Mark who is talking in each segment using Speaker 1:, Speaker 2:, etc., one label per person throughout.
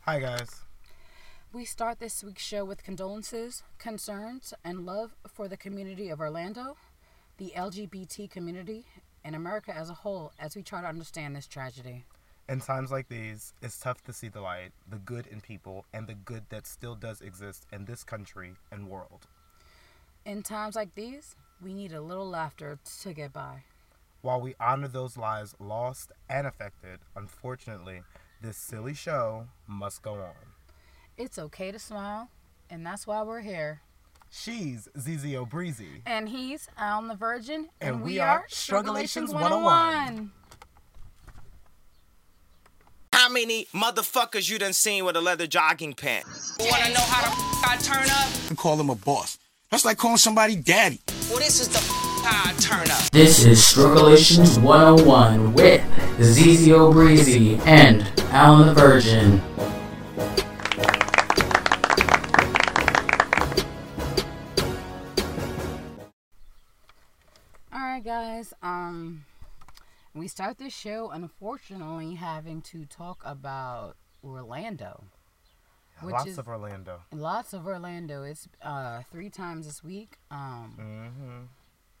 Speaker 1: Hi, guys.
Speaker 2: We start this week's show with condolences, concerns, and love for the community of Orlando, the LGBT community, and America as a whole as we try to understand this tragedy.
Speaker 1: In times like these, it's tough to see the light, the good in people, and the good that still does exist in this country and world.
Speaker 2: In times like these, we need a little laughter to get by.
Speaker 1: While we honor those lives lost and affected, unfortunately, this silly show must go on.
Speaker 2: It's okay to smile, and that's why we're here.
Speaker 1: She's ZZ O'Breezy.
Speaker 2: And he's Alan the Virgin,
Speaker 1: And we are Strugglelations 101.
Speaker 3: How many motherfuckers you done seen with a leather jogging pant?
Speaker 4: Want to know how the f- I turn up?
Speaker 5: and call him a boss. That's like calling somebody daddy.
Speaker 4: Well, this is the f- how I turn up.
Speaker 6: This is Strugglelations 101 with Zezio Breezy and Alan the Virgin.
Speaker 2: All right, guys. Um, we start this show unfortunately having to talk about Orlando. Which
Speaker 1: Lots
Speaker 2: is-
Speaker 1: of Orlando.
Speaker 2: Lots of Orlando. It's uh three times this week. Um,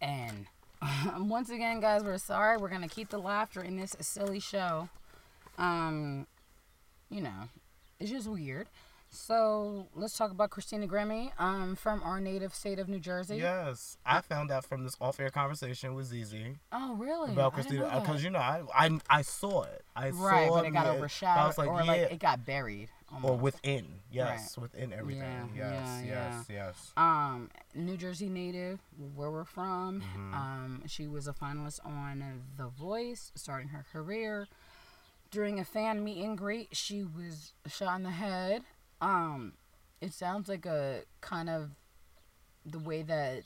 Speaker 1: Mm-hmm.
Speaker 2: and um, once again, guys, we're sorry. We're gonna keep the laughter in this silly show. Um, you know, it's just weird. So let's talk about Christina Grimmie, um, from our native state of New Jersey.
Speaker 1: Yes, I found out from this off-air conversation with Zizi
Speaker 2: Oh, really?
Speaker 1: about
Speaker 2: I didn't
Speaker 1: Christina
Speaker 2: know that.
Speaker 1: because you know I, I I saw it. I
Speaker 2: right,
Speaker 1: saw
Speaker 2: but it got
Speaker 1: the- I
Speaker 2: overshadowed,
Speaker 1: was like,
Speaker 2: or
Speaker 1: yeah,
Speaker 2: like it got buried. Almost.
Speaker 1: or within. Yes, within everything.
Speaker 2: Yeah,
Speaker 1: yes,
Speaker 2: yeah,
Speaker 1: yes, yes.
Speaker 2: um, New Jersey native, where we're from.
Speaker 1: Mm-hmm.
Speaker 2: Um, she was a finalist on The Voice, starting her career. During a fan meet and greet, she was shot in the head. Um, it sounds like a kind of the way that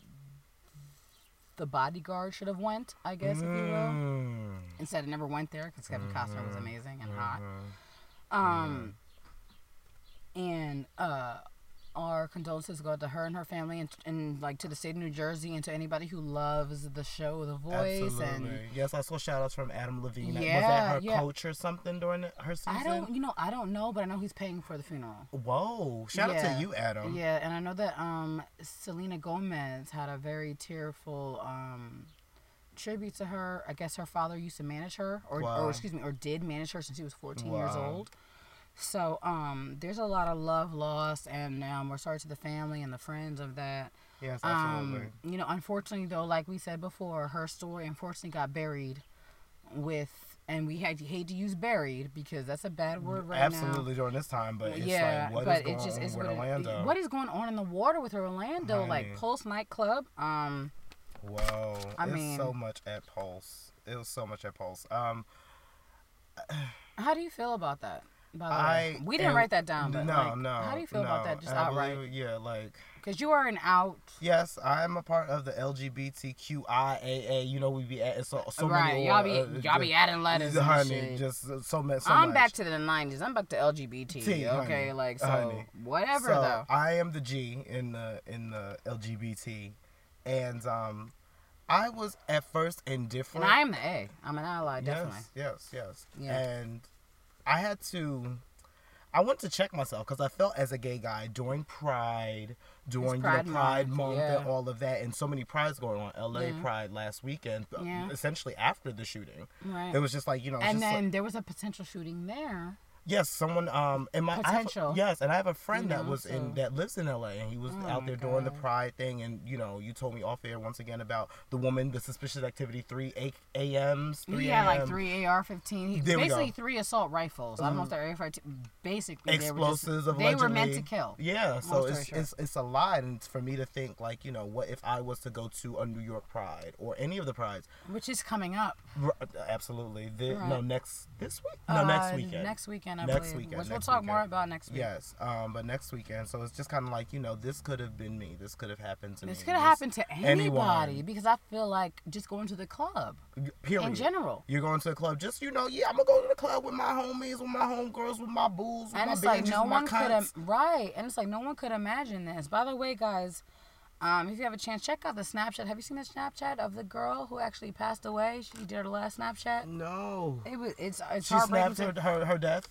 Speaker 2: the bodyguard should have went, I guess, if you will
Speaker 1: Mm.
Speaker 2: instead it never went there because Kevin Costner was amazing and hot. Um, and uh, our condolences go out to her and her family, and, and like to the state of New Jersey, and to anybody who loves the show, The Voice,
Speaker 1: Absolutely.
Speaker 2: and
Speaker 1: yes, I saw shout outs from Adam Levine. was
Speaker 2: Yeah,
Speaker 1: that her
Speaker 2: yeah.
Speaker 1: coach or something during the- her season?
Speaker 2: I don't, you know, I don't know, but I know he's paying for the funeral.
Speaker 1: Whoa! Shout out
Speaker 2: Yeah.
Speaker 1: to you, Adam.
Speaker 2: Yeah, and I know that um, Selena Gomez had a very tearful um, tribute to her. I guess her father used to manage her, or,
Speaker 1: Wow.
Speaker 2: or excuse me, or did manage her since she was 14 years
Speaker 1: Wow.
Speaker 2: old. So um, there's a lot of love lost, and um, we're sorry to the family and the friends of that.
Speaker 1: Yes, absolutely.
Speaker 2: Um, you know, unfortunately though, like we said before, her story unfortunately got buried with, and we had hate to use buried because that's a bad word right now.
Speaker 1: absolutely during this time, but it's
Speaker 2: yeah,
Speaker 1: like what is
Speaker 2: but
Speaker 1: going
Speaker 2: it just
Speaker 1: on
Speaker 2: is
Speaker 1: with
Speaker 2: what it-
Speaker 1: Orlando?
Speaker 2: what is going on in the water with Orlando?
Speaker 1: Honey.
Speaker 2: Like Pulse nightclub. Um,
Speaker 1: Whoa.
Speaker 2: I
Speaker 1: it's so
Speaker 2: mean-
Speaker 1: much at Pulse. It was so much at Pulse. Um,
Speaker 2: how do you feel about that? By the
Speaker 1: I
Speaker 2: way, we didn't
Speaker 1: am-
Speaker 2: write that down. But
Speaker 1: no,
Speaker 2: like,
Speaker 1: no.
Speaker 2: How do you feel about
Speaker 1: no.
Speaker 2: that? Just
Speaker 1: I
Speaker 2: outright,
Speaker 1: believe- yeah, like
Speaker 2: because you are an out.
Speaker 1: yes, I am a part of the LGBTQIAA. You know, we be at it's so, so
Speaker 2: right,
Speaker 1: many.
Speaker 2: y'all
Speaker 1: or-
Speaker 2: be
Speaker 1: uh,
Speaker 2: y'all be
Speaker 1: just-
Speaker 2: adding letters and
Speaker 1: honey,
Speaker 2: shit.
Speaker 1: just so, so much. So
Speaker 2: I'm
Speaker 1: much.
Speaker 2: back to the '90s. I'm back to LGBT.
Speaker 1: T, honey,
Speaker 2: okay, like so,
Speaker 1: honey.
Speaker 2: whatever
Speaker 1: so
Speaker 2: though.
Speaker 1: I am the G in the in the LGBT, and um, I was at first
Speaker 2: and
Speaker 1: indifferent.
Speaker 2: I am the A. I'm an ally, definitely.
Speaker 1: Yes, yes, yes.
Speaker 2: Yeah.
Speaker 1: And I had to. I went to check myself because I felt as a gay guy during Pride, during
Speaker 2: Pride
Speaker 1: you know, Pride
Speaker 2: Month,
Speaker 1: Month, and
Speaker 2: yeah.
Speaker 1: all of that, and so many prides going on. LA
Speaker 2: Yeah.
Speaker 1: Pride last weekend, uh,
Speaker 2: Yeah.
Speaker 1: essentially after the shooting,
Speaker 2: Right.
Speaker 1: it was just like you know, it's
Speaker 2: and
Speaker 1: just like-
Speaker 2: then there was a potential shooting there.
Speaker 1: Yes, someone um in my I have-
Speaker 2: Potential.
Speaker 1: yes, and I have a friend
Speaker 2: You
Speaker 1: that
Speaker 2: know,
Speaker 1: was
Speaker 2: so-
Speaker 1: in that lives in LA and he was
Speaker 2: Oh
Speaker 1: out
Speaker 2: my
Speaker 1: there doing the
Speaker 2: God.
Speaker 1: pride thing and you know, you told me off air once again about the woman, the suspicious activity three a- AMs, three
Speaker 2: He had like
Speaker 1: AM,
Speaker 2: three AR-15. He,
Speaker 1: There we go. Mm-hmm.
Speaker 2: basically three assault rifles. I don't know if they're AR-15. Basically,
Speaker 1: explosives
Speaker 2: they were, just,
Speaker 1: of
Speaker 2: they were meant to kill.
Speaker 1: Yeah, so
Speaker 2: story
Speaker 1: it's,
Speaker 2: short.
Speaker 1: it's it's a lot and it's for me to think like, you know, what if I was to go to a New York Pride or any of the prides?
Speaker 2: which is coming up.
Speaker 1: R- absolutely. The, No,
Speaker 2: Right.
Speaker 1: next this week? No, next
Speaker 2: Uh,
Speaker 1: weekend.
Speaker 2: Next weekend, I
Speaker 1: Next
Speaker 2: believe.
Speaker 1: weekend,
Speaker 2: Which we'll
Speaker 1: next
Speaker 2: talk more
Speaker 1: weekend.
Speaker 2: about next week.
Speaker 1: Yes, um, but next weekend. So it's just kind of like you know, this could have been me. This could have happened to me.
Speaker 2: This could have happened to anybody
Speaker 1: anyone.
Speaker 2: because I feel like just going to the club.
Speaker 1: Period.
Speaker 2: in general.
Speaker 1: you're going to a club. Just you know, yeah, I'm gonna go to the club with my homies, with my homegirls, with my booze, with
Speaker 2: and
Speaker 1: my
Speaker 2: it's like
Speaker 1: bitches,
Speaker 2: no
Speaker 1: with my
Speaker 2: one could
Speaker 1: cunts.
Speaker 2: have right and it's like no one could imagine this by the way guys um, if you have a chance check out the snapchat have you seen the snapchat of the girl who actually passed away she did her last snapchat
Speaker 1: No,
Speaker 2: it was it's
Speaker 1: Mm.
Speaker 2: it's
Speaker 1: she
Speaker 2: heartbreaking
Speaker 1: snapped
Speaker 2: to- Um,
Speaker 1: her, her her death.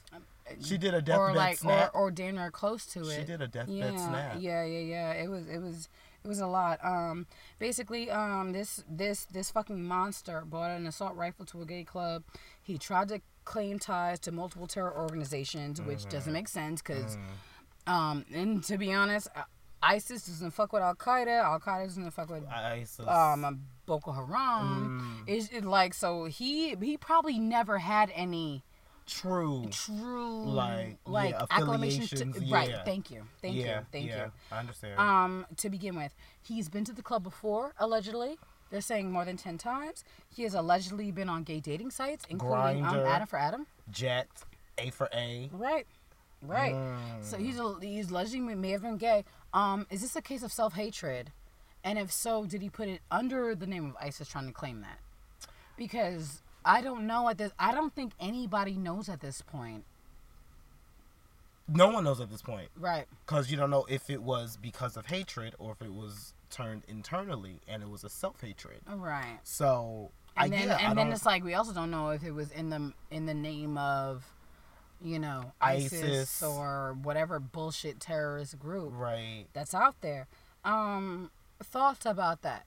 Speaker 1: She did a
Speaker 2: or
Speaker 1: deathbed
Speaker 2: like
Speaker 1: snap.
Speaker 2: or or damn near close to it.
Speaker 1: She did a deathbed
Speaker 2: yeah,
Speaker 1: snap.
Speaker 2: Yeah, yeah, yeah. It was it was it was a lot. Um basically um this this this fucking monster bought an assault rifle to a gay club. He tried to claim ties to multiple terror organizations,
Speaker 1: Mm-hmm.
Speaker 2: which doesn't make sense cuz
Speaker 1: Mm.
Speaker 2: um and to be honest, I- ISIS doesn't fuck with Al Qaeda. Al Qaeda doesn't fuck with
Speaker 1: ISIS. Mm.
Speaker 2: um Boko Haram. It's it, like so he he probably never had any
Speaker 1: True.
Speaker 2: true
Speaker 1: Like,
Speaker 2: like
Speaker 1: yeah,
Speaker 2: like acclamation to,
Speaker 1: affiliations,
Speaker 2: right
Speaker 1: yeah.
Speaker 2: thank you thank
Speaker 1: yeah,
Speaker 2: you thank
Speaker 1: yeah,
Speaker 2: you
Speaker 1: I understand.
Speaker 2: um to begin with he's been to the club before allegedly they're saying more than 10 times he has allegedly been on gay dating sites including um,
Speaker 1: Grindr.
Speaker 2: adam for adam
Speaker 1: Jet, A for A.
Speaker 2: right right
Speaker 1: Mm.
Speaker 2: so he's a, he's allegedly may have been gay um is this a case of self-hatred and if so did he put it under the name of isis trying to claim that because i don't know at this i don't think anybody knows at this point
Speaker 1: No one knows at this point
Speaker 2: right
Speaker 1: because you don't know if it was because of hatred or if it was turned internally and it was a self hatred.
Speaker 2: right
Speaker 1: So I
Speaker 2: and then
Speaker 1: yeah, I
Speaker 2: and then
Speaker 1: don't-
Speaker 2: it's like we also don't know if it was in the in the name of you know ISIS,
Speaker 1: ISIS.
Speaker 2: or whatever bullshit terrorist group
Speaker 1: right.
Speaker 2: that's out there. Um, thoughts about that?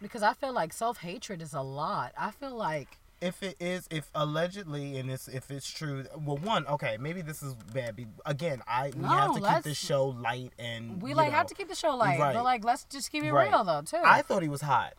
Speaker 2: Because I feel like self hatred is a lot. I feel like
Speaker 1: If it is, if allegedly, and it's if it's true, well, one, okay, maybe this is bad. be- Again, I we have
Speaker 2: No,
Speaker 1: to keep
Speaker 2: let's-
Speaker 1: this show light and
Speaker 2: we
Speaker 1: you
Speaker 2: like
Speaker 1: know,
Speaker 2: have to keep the show light,
Speaker 1: Right.
Speaker 2: but like let's just keep it
Speaker 1: right.
Speaker 2: real though too.
Speaker 1: I thought he was hot.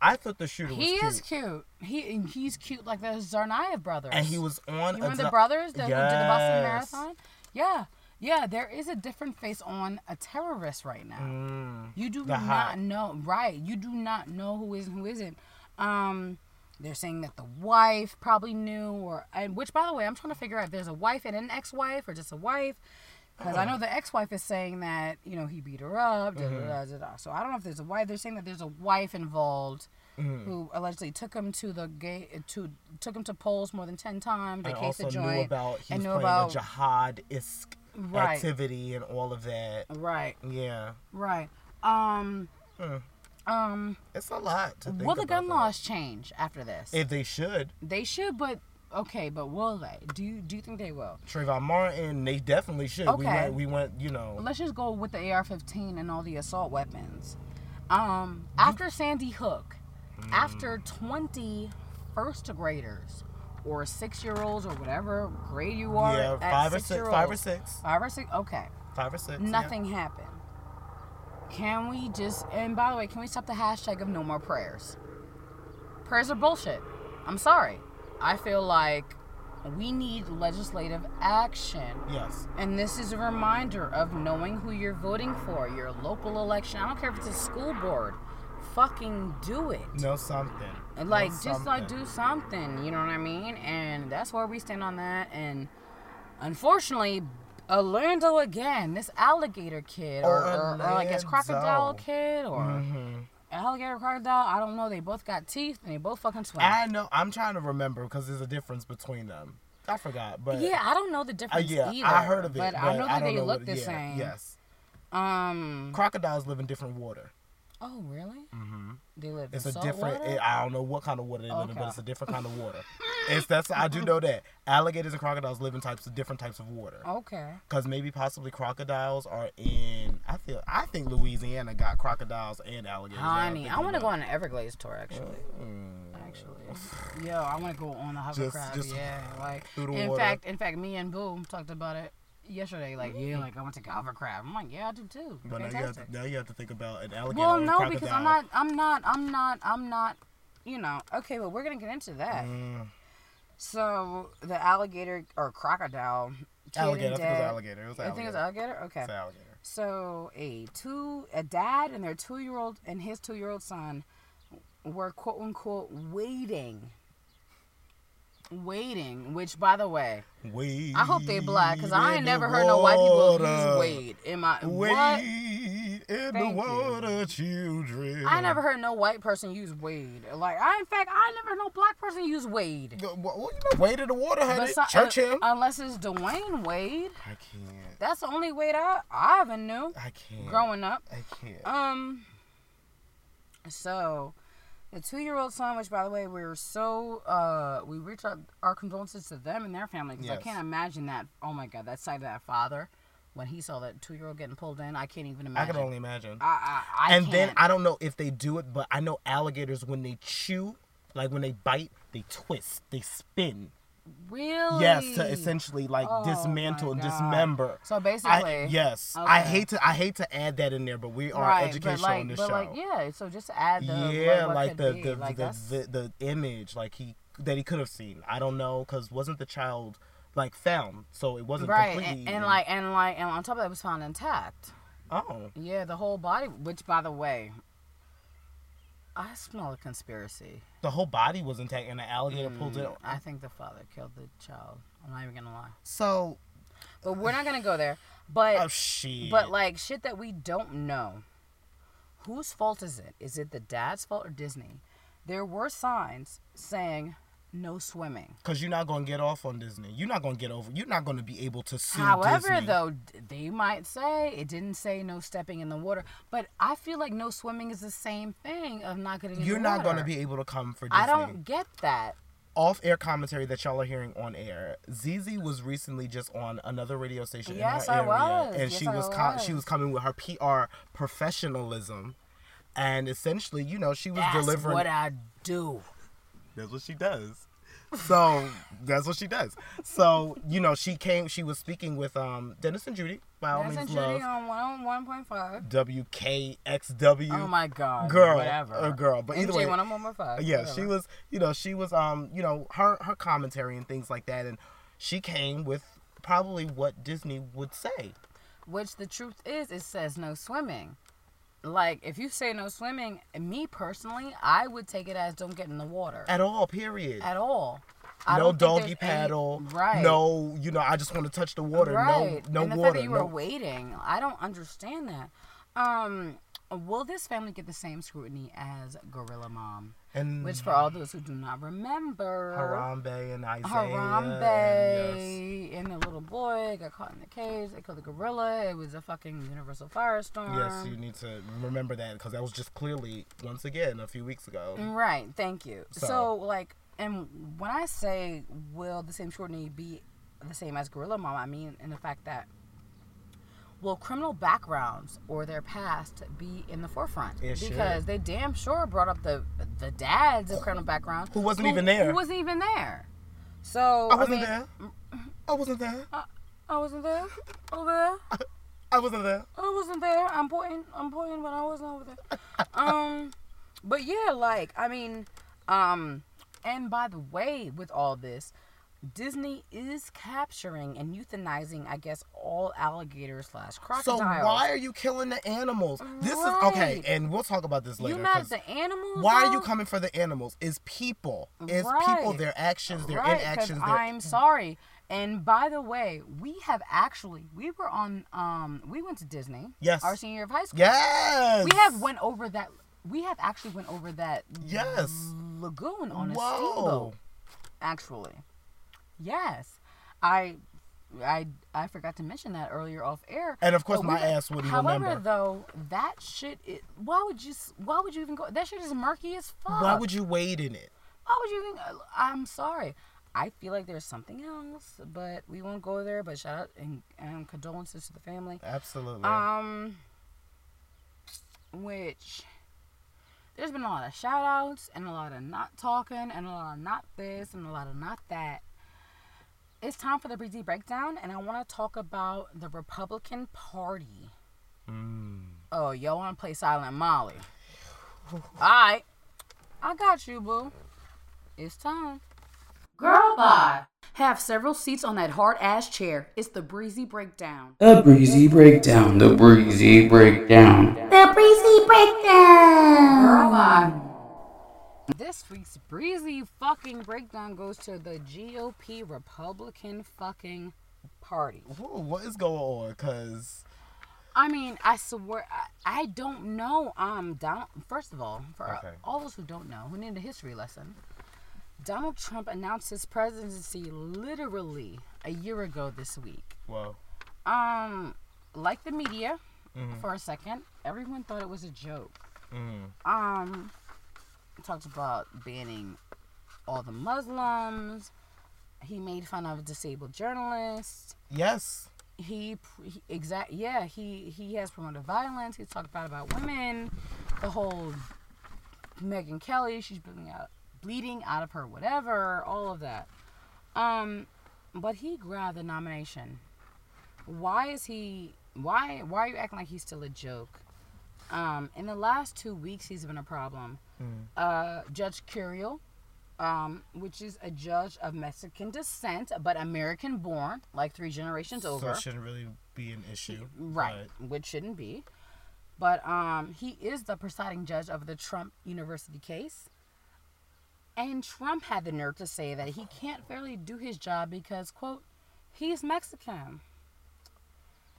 Speaker 1: I thought the shooter
Speaker 2: he
Speaker 1: was
Speaker 2: is
Speaker 1: cute.
Speaker 2: cute. He and he's cute like the Zarnayev brothers.
Speaker 1: and he was on.
Speaker 2: You
Speaker 1: a
Speaker 2: remember the
Speaker 1: dra-
Speaker 2: brothers that who did the Boston
Speaker 1: Yes.
Speaker 2: Marathon? Yeah. Yeah, there is a different face on a terrorist right now. you do
Speaker 1: Mm. the
Speaker 2: not
Speaker 1: hot.
Speaker 2: know, right? You do not know who is and who isn't. Um, they're saying that the wife probably knew, or and which, by the way, I'm trying to figure out if there's a wife and an ex-wife or just a wife, because I know the ex-wife is saying that you know he beat her up. Da,
Speaker 1: Mm-hmm.
Speaker 2: da, da, da, da. So I don't know if there's a wife. They're saying that there's a wife involved
Speaker 1: Mm-hmm.
Speaker 2: who allegedly took him to the gay to took him to polls more than ten times. They
Speaker 1: I
Speaker 2: cased
Speaker 1: also
Speaker 2: the
Speaker 1: knew
Speaker 2: joint
Speaker 1: about he
Speaker 2: and
Speaker 1: was
Speaker 2: knew
Speaker 1: playing
Speaker 2: about
Speaker 1: the jihad isk
Speaker 2: Right.
Speaker 1: activity and all of that.
Speaker 2: right,
Speaker 1: Yeah,
Speaker 2: right. Um,
Speaker 1: it's a lot. To think
Speaker 2: will the
Speaker 1: about
Speaker 2: gun
Speaker 1: that.
Speaker 2: laws change after this?
Speaker 1: If they should,
Speaker 2: They should, but okay, but will they? Do you do you think they will?
Speaker 1: Trayvon Martin, they definitely should. We
Speaker 2: Okay.
Speaker 1: went, we went, you know,
Speaker 2: Let's just go with the AR-15 and all the assault weapons. Um, after Sandy Hook,
Speaker 1: Hmm.
Speaker 2: after 20 first graders or six-year-olds or whatever grade you are,
Speaker 1: yeah,
Speaker 2: at
Speaker 1: five or six,
Speaker 2: six-year-olds-
Speaker 1: five or six,
Speaker 2: five or six. Okay,
Speaker 1: five or six. yeah.
Speaker 2: nothing happened. Can we just? And by the way, can we stop the hashtag of no more prayers? Prayers are bullshit. I'm sorry. I feel like we need legislative action.
Speaker 1: Yes,
Speaker 2: And this is a reminder of knowing who you're voting for, your local election. I don't care if it's a school board. Fucking do it.
Speaker 1: no something.
Speaker 2: And, like,
Speaker 1: Know
Speaker 2: just like
Speaker 1: something.
Speaker 2: do something. You know what I mean? And that's where we stand on that. And unfortunately, Orlando again, this alligator kid, or, or, or I guess crocodile
Speaker 1: Orlando.
Speaker 2: kid, or
Speaker 1: Mm-hmm.
Speaker 2: alligator crocodile. I don't know. They both got teeth and they both fucking swim.
Speaker 1: I know. I'm trying to remember because there's a difference between them. I forgot, but
Speaker 2: yeah, I don't know the
Speaker 1: Uh,
Speaker 2: difference
Speaker 1: yeah,
Speaker 2: either.
Speaker 1: I heard of it,
Speaker 2: but, I know that
Speaker 1: don't
Speaker 2: they
Speaker 1: what-
Speaker 2: look the
Speaker 1: yeah,
Speaker 2: same.
Speaker 1: Yes,
Speaker 2: Um.
Speaker 1: crocodiles live in different water.
Speaker 2: Oh, really? Mm-hmm. They live
Speaker 1: It's
Speaker 2: in
Speaker 1: a
Speaker 2: salt
Speaker 1: different.
Speaker 2: water?
Speaker 1: It, I don't know what kind of water they live in, but
Speaker 2: Okay.
Speaker 1: it's a different kind of water. it's that's I do know that alligators and crocodiles live in types of different types of water.
Speaker 2: okay.
Speaker 1: Cause maybe possibly crocodiles are in. I feel I think Louisiana got crocodiles and alligators. now I'm
Speaker 2: Honey, I
Speaker 1: thinking
Speaker 2: want to
Speaker 1: about
Speaker 2: go on an Everglades tour actually. Actually, yo, I want to go on a hovercraft.
Speaker 1: Mm. just
Speaker 2: yeah, like
Speaker 1: through the
Speaker 2: in
Speaker 1: water.
Speaker 2: fact, in fact, me and Boo talked about it yesterday. Like, yeah, like I want to take a hovercraft. I'm like, yeah, I do too.
Speaker 1: it. Mm. But now you, have
Speaker 2: Fantastic.
Speaker 1: to, now you have to think about an alligator.
Speaker 2: Well,
Speaker 1: and a
Speaker 2: no, because I'm
Speaker 1: crocodile.
Speaker 2: not, I'm not, I'm not, I'm not, you know, okay, well, we're going to get into that.
Speaker 1: Mm.
Speaker 2: So, the alligator or crocodile. kid
Speaker 1: Alligator, I
Speaker 2: and
Speaker 1: think it was
Speaker 2: dad-
Speaker 1: alligator. It was
Speaker 2: I think it was alligator? Okay.
Speaker 1: It's an alligator.
Speaker 2: So, a two, a dad and their two year old and his two year old son were quote unquote waiting. Waiting, which by the way,
Speaker 1: Wait.
Speaker 2: I hope they black because I
Speaker 1: in
Speaker 2: ain't
Speaker 1: the
Speaker 2: never heard no white people
Speaker 1: water.
Speaker 2: use wait in my.
Speaker 1: Wait
Speaker 2: What?
Speaker 1: in the
Speaker 2: Thank you.
Speaker 1: water, children.
Speaker 2: I never heard no white person use Wade. Like I, in fact, I never heard no black person use Wade.
Speaker 1: Well, well, you know, wait in the water, honey.
Speaker 2: Besi- uh,
Speaker 1: Church him.
Speaker 2: unless it's Dwayne Wade.
Speaker 1: I can't.
Speaker 2: That's the only Wade I, I even knew
Speaker 1: I can't.
Speaker 2: growing up.
Speaker 1: I can't.
Speaker 2: Um. So, The two-year-old son, which by the way, we're so uh, we reach our, our condolences to them and their family because I
Speaker 1: Yes.
Speaker 2: can't imagine that. Oh my God, that sight of that father when he saw that two-year-old getting pulled in, I can't even
Speaker 1: I
Speaker 2: imagine.
Speaker 1: can only imagine.
Speaker 2: I, I, I
Speaker 1: and then
Speaker 2: can't.
Speaker 1: I don't know if they do it, but I know alligators when they chew, like when they bite, they twist, they spin.
Speaker 2: really
Speaker 1: Yes, to essentially like
Speaker 2: Oh,
Speaker 1: dismantle
Speaker 2: my
Speaker 1: and
Speaker 2: God.
Speaker 1: dismember.
Speaker 2: So
Speaker 1: I-
Speaker 2: basically-
Speaker 1: yes, I
Speaker 2: okay.
Speaker 1: hate to I hate to add that in there, but we are educational
Speaker 2: but like,
Speaker 1: on this
Speaker 2: but
Speaker 1: show.
Speaker 2: like, yeah. So just add the what-
Speaker 1: yeah,
Speaker 2: what
Speaker 1: like
Speaker 2: could
Speaker 1: the
Speaker 2: be,
Speaker 1: the,
Speaker 2: like
Speaker 1: the,
Speaker 2: that's-
Speaker 1: the the image like he that he could have seen. I don't know because wasn't the child like found, so it wasn't
Speaker 2: right
Speaker 1: completely
Speaker 2: and, and like and like and on top of that it was found intact.
Speaker 1: oh
Speaker 2: Yeah, the whole body. Which by the way, I smell a conspiracy.
Speaker 1: the whole body was intact and the alligator pulled it.
Speaker 2: I think the father killed the child. I'm not even gonna lie.
Speaker 1: So
Speaker 2: But we're not gonna go there. But
Speaker 1: oh shit.
Speaker 2: but like shit that we don't know. Whose fault is it? Is it the dad's fault or Disney? There were signs saying no swimming.
Speaker 1: Cause you're not gonna get off on Disney. You're not gonna get over. You're not gonna be able to sue
Speaker 2: However,
Speaker 1: Disney.
Speaker 2: though, d- they might say it didn't say no stepping in the water, but I feel like no swimming is the same thing of not getting in
Speaker 1: you're
Speaker 2: the
Speaker 1: not
Speaker 2: water.
Speaker 1: gonna be able to come for Disney.
Speaker 2: I don't get that.
Speaker 1: Off-air commentary that y'all are hearing on air. Zizi was recently just on another radio station
Speaker 2: Yes,
Speaker 1: in
Speaker 2: I
Speaker 1: her area,
Speaker 2: was.
Speaker 1: and
Speaker 2: Yes,
Speaker 1: she
Speaker 2: I
Speaker 1: was, co-
Speaker 2: was.
Speaker 1: she was coming with her PR professionalism, and essentially, you know, she was
Speaker 2: That's
Speaker 1: delivering.
Speaker 2: what I do.
Speaker 1: That's what she does. So that's what she does. So you know, she came. She was speaking with um Dennis and Judy. By all
Speaker 2: That's
Speaker 1: means,
Speaker 2: in
Speaker 1: love
Speaker 2: Judy on one one point five.
Speaker 1: WKXW.
Speaker 2: Oh my god,
Speaker 1: girl,
Speaker 2: whatever,
Speaker 1: a girl, but either
Speaker 2: MJ
Speaker 1: way-
Speaker 2: one on one point five.
Speaker 1: Uh, yeah
Speaker 2: whatever.
Speaker 1: she was you know she was um you know her her commentary and things like that and she came with probably what disney would say
Speaker 2: Which the truth is, it says no swimming. Like if you say no swimming, me personally, I would take it as don't get in the water
Speaker 1: at all period
Speaker 2: at all. I
Speaker 1: no
Speaker 2: don't think
Speaker 1: doggy
Speaker 2: there's any-
Speaker 1: paddle
Speaker 2: right?
Speaker 1: no you know i just want to touch the water
Speaker 2: right.
Speaker 1: no
Speaker 2: and
Speaker 1: no
Speaker 2: the
Speaker 1: water
Speaker 2: fact that you
Speaker 1: no
Speaker 2: were waiting, I don't understand that. Um, will this family get the same scrutiny as Gorilla Mom?
Speaker 1: and
Speaker 2: Which, for all those who do not remember,
Speaker 1: Mm. harambe and isaiah and- yes.
Speaker 2: Harambe and the little boy got caught in the cage. They killed the gorilla. It was a fucking universal
Speaker 1: Yes,
Speaker 2: firestorm.
Speaker 1: you need to remember that because that was just clearly once again a few weeks ago.
Speaker 2: Right. Thank you. So,
Speaker 1: So-
Speaker 2: like, and when I say will the same scrutiny be the same as Gorilla Mom, I mean in the fact that will criminal backgrounds or their past be in the forefront?
Speaker 1: It should.
Speaker 2: because they damn sure brought up the the dads of criminal background
Speaker 1: Who wasn't even there.
Speaker 2: Who wasn't even there. So
Speaker 1: I wasn't
Speaker 2: mean, mm, uh,
Speaker 1: there. I wasn't there.
Speaker 2: I wasn't there. Oh, Over there.
Speaker 1: I wasn't there.
Speaker 2: I wasn't there. I'm pointing. I'm pointing, but I wasn't over there. Um, but yeah, like I mean, um, and by the way, with all this, Disney is capturing and euthanizing, I guess, all alligators slash
Speaker 1: So
Speaker 2: crocodiles.
Speaker 1: why are you killing the animals? This is okay,
Speaker 2: Right.
Speaker 1: and we'll talk about this
Speaker 2: you
Speaker 1: later.
Speaker 2: mad
Speaker 1: 'cause
Speaker 2: at the animals?
Speaker 1: why are you
Speaker 2: though?
Speaker 1: coming for the animals? It's people. It's people.
Speaker 2: Right.
Speaker 1: Their actions. Their
Speaker 2: Right, 'cause
Speaker 1: inactions. Their
Speaker 2: I'm sorry. And by the way, we have actually we were on um we went to Disney.
Speaker 1: Yes.
Speaker 2: Our senior year of high school.
Speaker 1: yes.
Speaker 2: We have went over that. We have actually went over that
Speaker 1: Yes.
Speaker 2: lagoon on a
Speaker 1: Whoa.
Speaker 2: steamboat. Actually, yes, I, I, I forgot to mention that earlier off air.
Speaker 1: And of course
Speaker 2: But
Speaker 1: my
Speaker 2: we-
Speaker 1: ass wouldn't
Speaker 2: however,
Speaker 1: remember.
Speaker 2: though, that shit. It, why would you? s- Why would you even go? That shit is murky as fuck.
Speaker 1: Why would you wade in it?
Speaker 2: Why would you even? I'm sorry. I feel like there's something else, but we won't go there. But shout out and, and condolences to the family.
Speaker 1: Absolutely.
Speaker 2: Um, which there's been a lot of shout outs and a lot of not talking and a lot of not this and a lot of not that. It's time for the breezy breakdown, and I want to talk about the Republican Party. Oh, y'all want to play Silent Molly? All right, I got you, boo. It's time. Girl, bye. Have several seats on that hard ass chair. It's the breezy breakdown.
Speaker 6: The breezy breakdown. The breezy breakdown.
Speaker 7: The Breezy Breakdown.
Speaker 2: This week's breezy fucking breakdown goes to the GOP Republican fucking party.
Speaker 1: Ooh, what is going on? Cause
Speaker 2: I mean, I swear, I, I don't know. Um, Donald. First of all, for
Speaker 1: Okay.
Speaker 2: all those who don't know, who need a history lesson, Donald Trump announced his presidency literally a year ago this week.
Speaker 1: whoa.
Speaker 2: Um, like the media, for a second, everyone thought it was a joke. Um, talked about banning all the Muslims. He made fun of disabled journalists.
Speaker 1: Yes.
Speaker 2: He, pr- he exact yeah he he has promoted violence. He's talked about about women. The whole Megan Kelly, she's bleeding out bleeding out of her whatever, all of that. Um, but he grabbed the nomination. Why is he? Why why are you acting like he's still a joke? Um, in the last two weeks, he's been a problem. Uh, judge Curiel, um, which is a judge of Mexican descent but American born, like three generations
Speaker 1: So
Speaker 2: over,
Speaker 1: it shouldn't really be an issue.
Speaker 2: right? Which shouldn't be. But um, he is the presiding judge of the Trump University case. And Trump had the nerve to say that he can't fairly do his job because, quote, he's Mexican.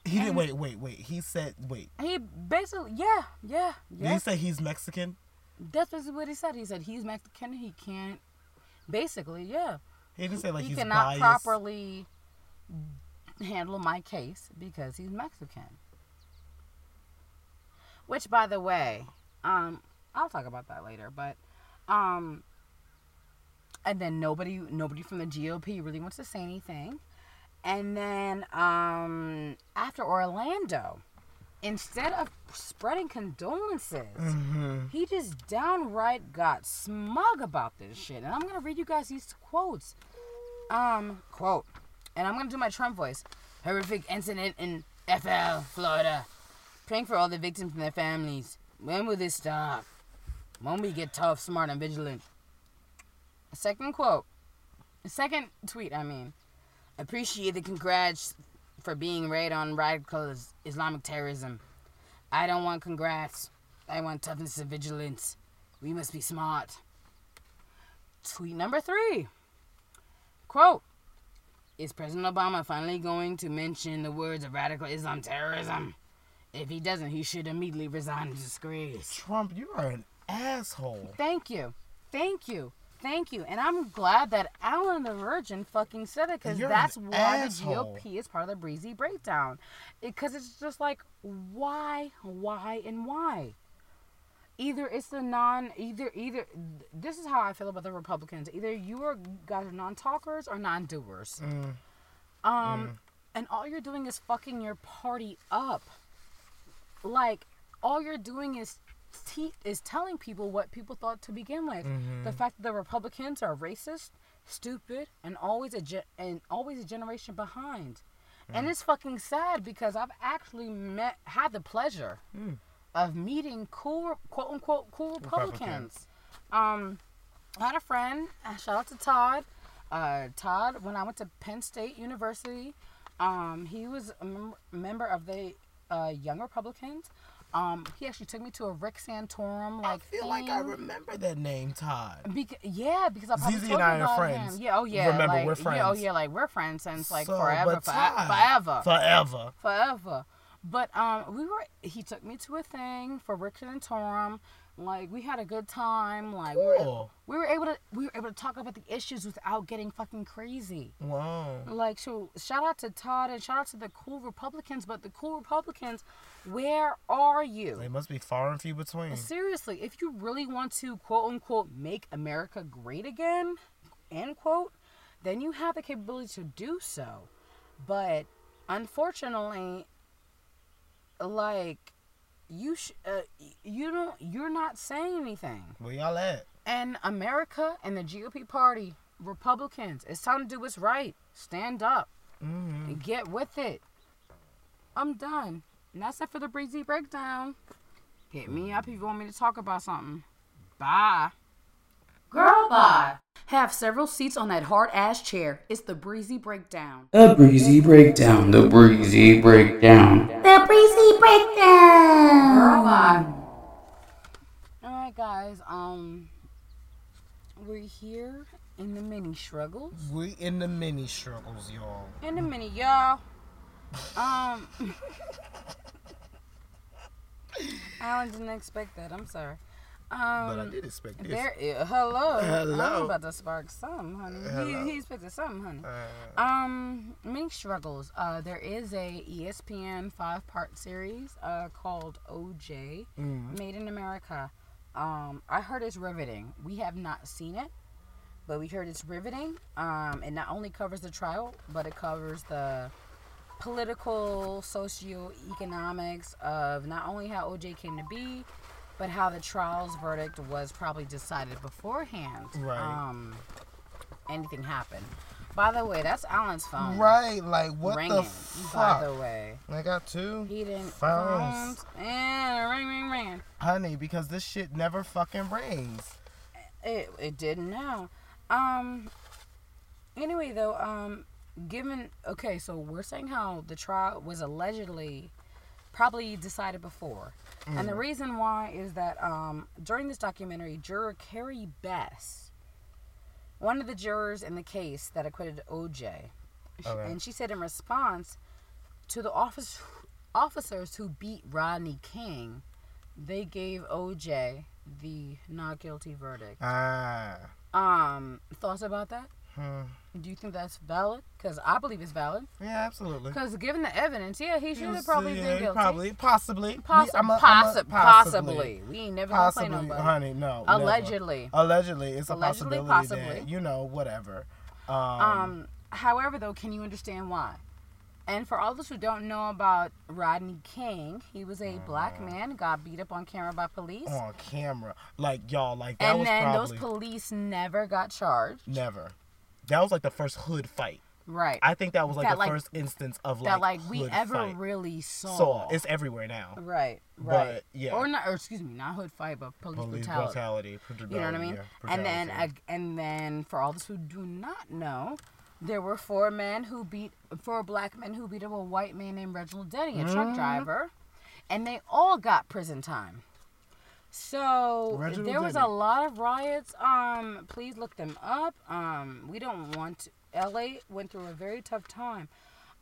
Speaker 1: But he didn't. Wait, wait, wait. He said, wait.
Speaker 2: He basically, yeah, yeah,
Speaker 1: Did
Speaker 2: yeah.
Speaker 1: he say he's Mexican?
Speaker 2: That's basically what he said. He said he's Mexican. He can't. Basically, yeah.
Speaker 1: He didn't say like
Speaker 2: he
Speaker 1: he's
Speaker 2: cannot
Speaker 1: biased.
Speaker 2: properly handle my case because he's Mexican. Which, by the way, um, I'll talk about that later. But, um, and then nobody, nobody from the GOP really wants to say anything. And then um, after Orlando, instead of spreading condolences,
Speaker 1: Mm-hmm.
Speaker 2: he just downright got smug about this shit. And I'm gonna read you guys these quotes. Um, quote, and I'm gonna do my Trump voice. Horrific incident in FL, Florida. Praying for all the victims and their families. When will this stop? When we get tough, smart, and vigilant. Second quote. Second tweet, I mean. Appreciate the congrats for being raid on radical is- Islamic terrorism. I don't want congrats. I want toughness and vigilance. We must be smart. Tweet number three. Quote Is President Obama finally going to mention the words of radical Islam terrorism? If he doesn't, he should immediately resign in disgrace.
Speaker 1: Trump, you are an asshole.
Speaker 2: Thank you. Thank you. Thank you. And I'm glad that Alan the Virgin fucking said it because
Speaker 1: You're
Speaker 2: that's
Speaker 1: an
Speaker 2: why
Speaker 1: asshole.
Speaker 2: the GOP is part of the breezy breakdown. Because it's just like, why, why, and why? Either it's the non, either, either, this is how I feel about the Republicans. Either you are guys are non talkers or non doers.
Speaker 1: Mm.
Speaker 2: Um, And all you're doing is fucking your party up like all you're doing is te- is telling people what people thought to begin with. The fact that the Republicans are racist, stupid, and always a ge- and always a generation behind. And it's fucking sad because I've actually met had the pleasure of meeting cool quote unquote cool Republicans. Um, I had a friend. uh, Shout out to Todd. Uh, Todd, when I went to Penn State University, um, he was a mem- member of the uh, Young Republicans. Um, he actually took me to a Rick Santorum like
Speaker 1: I feel
Speaker 2: thing.
Speaker 1: like I remember that name, Todd.
Speaker 2: Bec- yeah, because I probably
Speaker 1: Zizi
Speaker 2: told
Speaker 1: and
Speaker 2: you
Speaker 1: I are
Speaker 2: about
Speaker 1: friends.
Speaker 2: him. Yeah, oh yeah,
Speaker 1: Remember,
Speaker 2: like,
Speaker 1: we're
Speaker 2: Yeah, oh
Speaker 1: friends.
Speaker 2: yeah, like we're friends since like
Speaker 1: So,
Speaker 2: forever,
Speaker 1: but
Speaker 2: forever,
Speaker 1: Todd-
Speaker 2: forever
Speaker 1: Forever.
Speaker 2: forever. But um, we were. He took me to a thing for Rick and Torum. Like we had a good time. Like
Speaker 1: Cool.
Speaker 2: we, were, we were able to we were able to talk about the issues without getting fucking crazy.
Speaker 1: Wow.
Speaker 2: Like so, shout out to Todd and shout out to the cool Republicans. But the cool Republicans, where are you?
Speaker 1: They must be far and few between.
Speaker 2: Uh, Seriously, if you really want to quote unquote make America great again, end quote, then you have the capability to do so. But unfortunately, like you sh- uh, y- you don't you're not saying anything.
Speaker 1: Where y'all at?
Speaker 2: And America and the GOP party, Republicans, it's time to do what's right. Stand up. Get with it. I'm done. And that's it for the breezy breakdown. Hit me up if you want me to talk about something. Bye.
Speaker 7: Girl bye.
Speaker 2: Have several seats on that hard ass chair. It's the breezy breakdown.
Speaker 6: The breezy breakdown. The breezy breakdown.
Speaker 7: The breezy breakdown. Girl
Speaker 2: All right, guys. Um, we're here in the mini struggles.
Speaker 1: We in the mini struggles, y'all.
Speaker 2: In a minute, y'all. Um, Alan didn't expect that. I'm sorry. Um,
Speaker 1: But I did expect this.
Speaker 2: there. i- hello. I'm
Speaker 1: Hello.
Speaker 2: about to spark something, honey.
Speaker 1: Hello. Uh.
Speaker 2: He, he expected something, honey. um, many struggles. Uh, there is a
Speaker 1: Mm-hmm.
Speaker 2: ESPN five part series uh, called OJ, Made in America. Um, I heard it's riveting. We have not seen it, but we heard it's riveting. Um, it not only covers the trial, but it covers the political, socioeconomics of not only how OJ came to be, but how the trial's verdict was probably decided beforehand.
Speaker 1: Right.
Speaker 2: Um, anything happened. By the way, that's Alan's phone.
Speaker 1: Right, like what
Speaker 2: ringing,
Speaker 1: the
Speaker 2: By
Speaker 1: fuck?
Speaker 2: the way,
Speaker 1: I got two
Speaker 2: he didn't.
Speaker 1: phones,
Speaker 2: Phones. And ring, ring, ring.
Speaker 1: honey, because this shit never fucking rings.
Speaker 2: It it didn't know. Um. Anyway, though, um, given okay, so we're saying how the trial was allegedly probably decided before, and the reason why is that um during this documentary, juror Carrie Bess, one of the jurors in the case that acquitted OJ, sh-
Speaker 1: Okay.
Speaker 2: and she said in response to the office officers who beat Rodney King, they gave OJ the not guilty verdict.
Speaker 1: Ah,
Speaker 2: Um, thoughts about that?
Speaker 1: Hmm.
Speaker 2: Do you think that's valid? Because I believe it's valid.
Speaker 1: yeah, absolutely.
Speaker 2: Because given the evidence, yeah, he should
Speaker 1: Yeah,
Speaker 2: have probably
Speaker 1: yeah,
Speaker 2: been guilty.
Speaker 1: Probably, possibly, We-
Speaker 2: Possi-
Speaker 1: I'm a- I'm a-
Speaker 2: possi- possibly. We ain't never gonna play
Speaker 1: possibly,
Speaker 2: nobody.
Speaker 1: honey. No, never.
Speaker 2: Allegedly.
Speaker 1: allegedly, it's a
Speaker 2: Allegedly,
Speaker 1: possibility
Speaker 2: possibly.
Speaker 1: that you know, whatever. Um,
Speaker 2: Um, however, though, can you understand why? And for all those who don't know about Rodney King, he was a black man, got beat up on camera by police.
Speaker 1: Mm-hmm. on camera, like y'all, like that
Speaker 2: and
Speaker 1: was
Speaker 2: then
Speaker 1: probably
Speaker 2: those police never got charged.
Speaker 1: never. That was like the first hood fight.
Speaker 2: Right.
Speaker 1: I think that was like
Speaker 2: That,
Speaker 1: the
Speaker 2: like-
Speaker 1: first instance of like
Speaker 2: that, like, we
Speaker 1: hood
Speaker 2: ever
Speaker 1: fight.
Speaker 2: really saw.
Speaker 1: saw. It's everywhere now.
Speaker 2: right,
Speaker 1: But,
Speaker 2: right.
Speaker 1: yeah.
Speaker 2: Or not, or excuse me, not hood fight, but police,
Speaker 1: Police
Speaker 2: brutality.
Speaker 1: brutality.
Speaker 2: You know what I mean? and then ag- and then for all those who do not know, there were four men who beat four black men who beat up a white man named Reginald Denny, a
Speaker 1: Mm-hmm.
Speaker 2: truck driver, and they all got prison time. So
Speaker 1: Reginald
Speaker 2: there was
Speaker 1: Denny.
Speaker 2: a lot of riots. Um, please look them up. Um, we don't want to, LA went through a very tough time.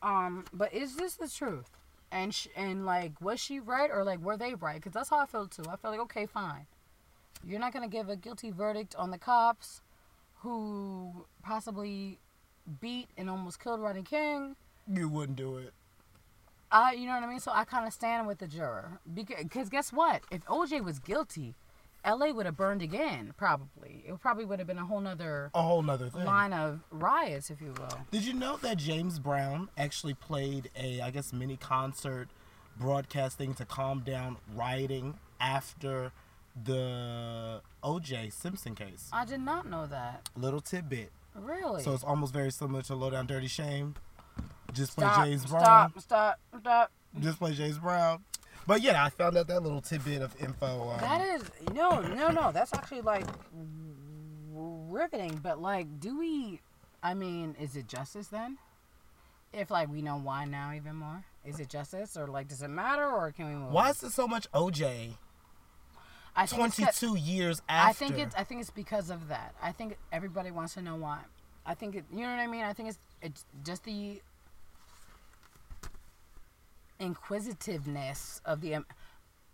Speaker 2: Um, but is this the truth? And sh- and like was she right or like were they right? Because that's how I feel too. I feel like okay, fine. You're not gonna give a guilty verdict on the cops who possibly beat and almost killed Rodney King.
Speaker 1: you wouldn't do it.
Speaker 2: I, you know what I mean. So I kind of stand with the juror because guess what? If OJ was guilty, LA would have burned again. Probably it probably would have been a whole nother
Speaker 1: A whole nother thing.
Speaker 2: line of riots, if you will.
Speaker 1: Did you know that James Brown actually played a, I guess, mini concert broadcasting to calm down rioting after the O.J. Simpson case?
Speaker 2: I did not know that.
Speaker 1: Little tidbit.
Speaker 2: Really.
Speaker 1: So it's almost very similar to Low Down Dirty Shame. Just play
Speaker 2: stop,
Speaker 1: James Brown.
Speaker 2: stop, stop, stop.
Speaker 1: Just play James Brown. But yeah, I found out that little tidbit of info. Um,
Speaker 2: That is no, no, no. That's actually like riveting. But like, do we? I mean, is it justice then? If like we know why now even more, is it justice or like does it matter or can we move?
Speaker 1: why is there so much O.J.
Speaker 2: I think it's 'cause-
Speaker 1: 22 years after?
Speaker 2: I think it's I think it's because of that. I think everybody wants to know why. I think it, you know what I mean. I think it's it's just the inquisitiveness of the. Am-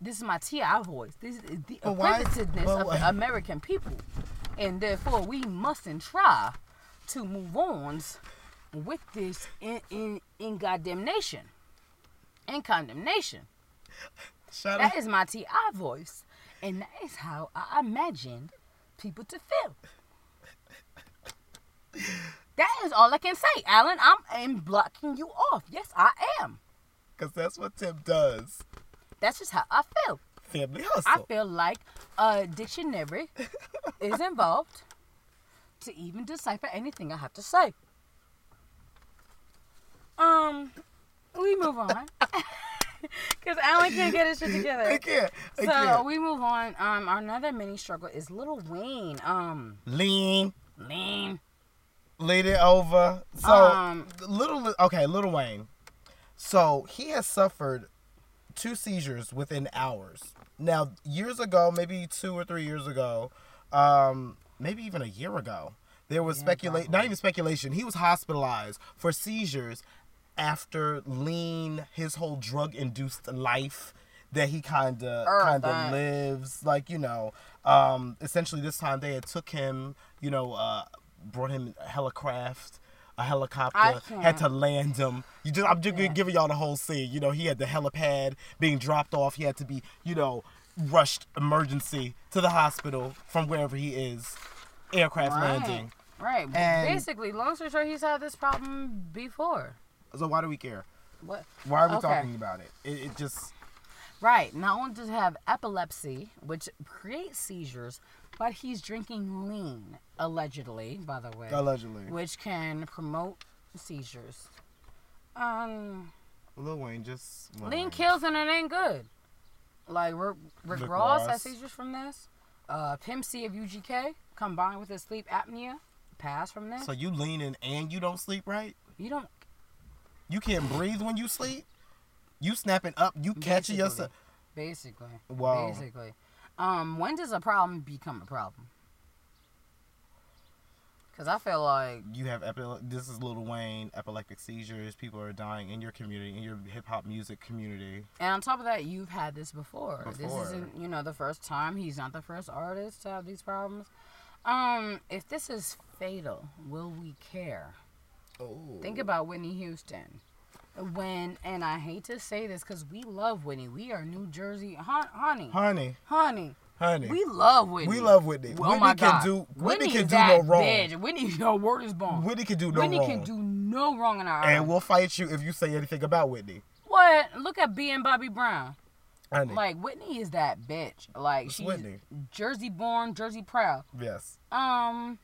Speaker 2: This is my TI voice. This is the
Speaker 1: But why-
Speaker 2: inquisitiveness
Speaker 1: but
Speaker 2: of
Speaker 1: why-
Speaker 2: the American people, and therefore we mustn't try to move on with this in in in condemnation, in condemnation.
Speaker 1: Shut up.
Speaker 2: That is my TI voice. And that is how I imagine people to feel. That is all I can say, Alan. I'm, I'm blocking you off. Yes, I am.
Speaker 1: Because that's what Tim does.
Speaker 2: That's just how I feel.
Speaker 1: Family hustle.
Speaker 2: I feel like a dictionary is involved to even decipher anything I have to say. Um, we move on. Because Alan can't get his shit together.
Speaker 1: I can't. I
Speaker 2: So
Speaker 1: can't.
Speaker 2: we move on. Um, our another mini struggle is Little Wayne. Um,
Speaker 1: Lean,
Speaker 2: Wayne.
Speaker 1: lead it over. So,
Speaker 2: Um,
Speaker 1: little okay, Little Wayne. So he has suffered two seizures within hours. Now, years ago, maybe two or three years ago, um, maybe even a year ago, there was speculation. Not even speculation. He was hospitalized for seizures after lean his whole drug-induced life that he kind of
Speaker 2: Earth,
Speaker 1: kind of
Speaker 2: uh,
Speaker 1: lives like you know um essentially this time they had took him you know uh brought him a helicraft a helicopter had to land him you just i'm just giving y'all the whole scene you know he had the helipad being dropped off he had to be you know rushed emergency to the hospital from wherever he is, aircraft landing.
Speaker 2: Right.
Speaker 1: And-
Speaker 2: Basically, long story short, he's had this problem before.
Speaker 1: So why do we care?
Speaker 2: What?
Speaker 1: Why are we
Speaker 2: Okay.
Speaker 1: talking about it? It, it just
Speaker 2: Right. Not only does he have epilepsy, which creates seizures, but he's drinking lean, allegedly, by the way,
Speaker 1: allegedly.
Speaker 2: which can promote seizures. Um,
Speaker 1: Lil Wayne just Lil
Speaker 2: lean
Speaker 1: Wayne.
Speaker 2: kills and it ain't good. Like Rick, Rick,
Speaker 1: Rick
Speaker 2: Ross
Speaker 1: Ross.
Speaker 2: has seizures from this. Uh, Pimp C of UGK combined with his sleep apnea passed from this.
Speaker 1: So you leaning and you don't sleep right?
Speaker 2: you don't
Speaker 1: You can't breathe when you sleep. You snapping up. You catching yourself.
Speaker 2: Basically.
Speaker 1: Wow.
Speaker 2: Basically. Um, when does a problem become a problem? Because I feel like,
Speaker 1: You have epile- this is Lil Wayne epileptic seizures. People are dying in your community, in your hip hop music community.
Speaker 2: and on top of that, you've had this before. This
Speaker 1: Before.
Speaker 2: isn't, you know, the first time. He's not the first artist to have these problems. Um, if this is fatal, will we care?
Speaker 1: Oh.
Speaker 2: Think about Whitney Houston. When, and I hate to say this because we love Whitney. We are New Jersey. Hon- honey.
Speaker 1: Honey,
Speaker 2: Honey.
Speaker 1: honey.
Speaker 2: We love Whitney.
Speaker 1: We love Whitney.
Speaker 2: Oh
Speaker 1: Whitney
Speaker 2: my
Speaker 1: can
Speaker 2: God.
Speaker 1: do- Whitney can
Speaker 2: is
Speaker 1: do no
Speaker 2: that
Speaker 1: wrong.
Speaker 2: bitch. Whitney, your word is bond.
Speaker 1: Whitney can do no
Speaker 2: Whitney
Speaker 1: wrong.
Speaker 2: can do no wrong in our
Speaker 1: and
Speaker 2: eyes.
Speaker 1: we'll fight you if you say anything about Whitney.
Speaker 2: What? Look at B and Bobby Brown.
Speaker 1: Honey.
Speaker 2: Like Whitney is that bitch. Like
Speaker 1: It's
Speaker 2: she's
Speaker 1: Whitney.
Speaker 2: Jersey born, Jersey proud.
Speaker 1: yes.
Speaker 2: Um,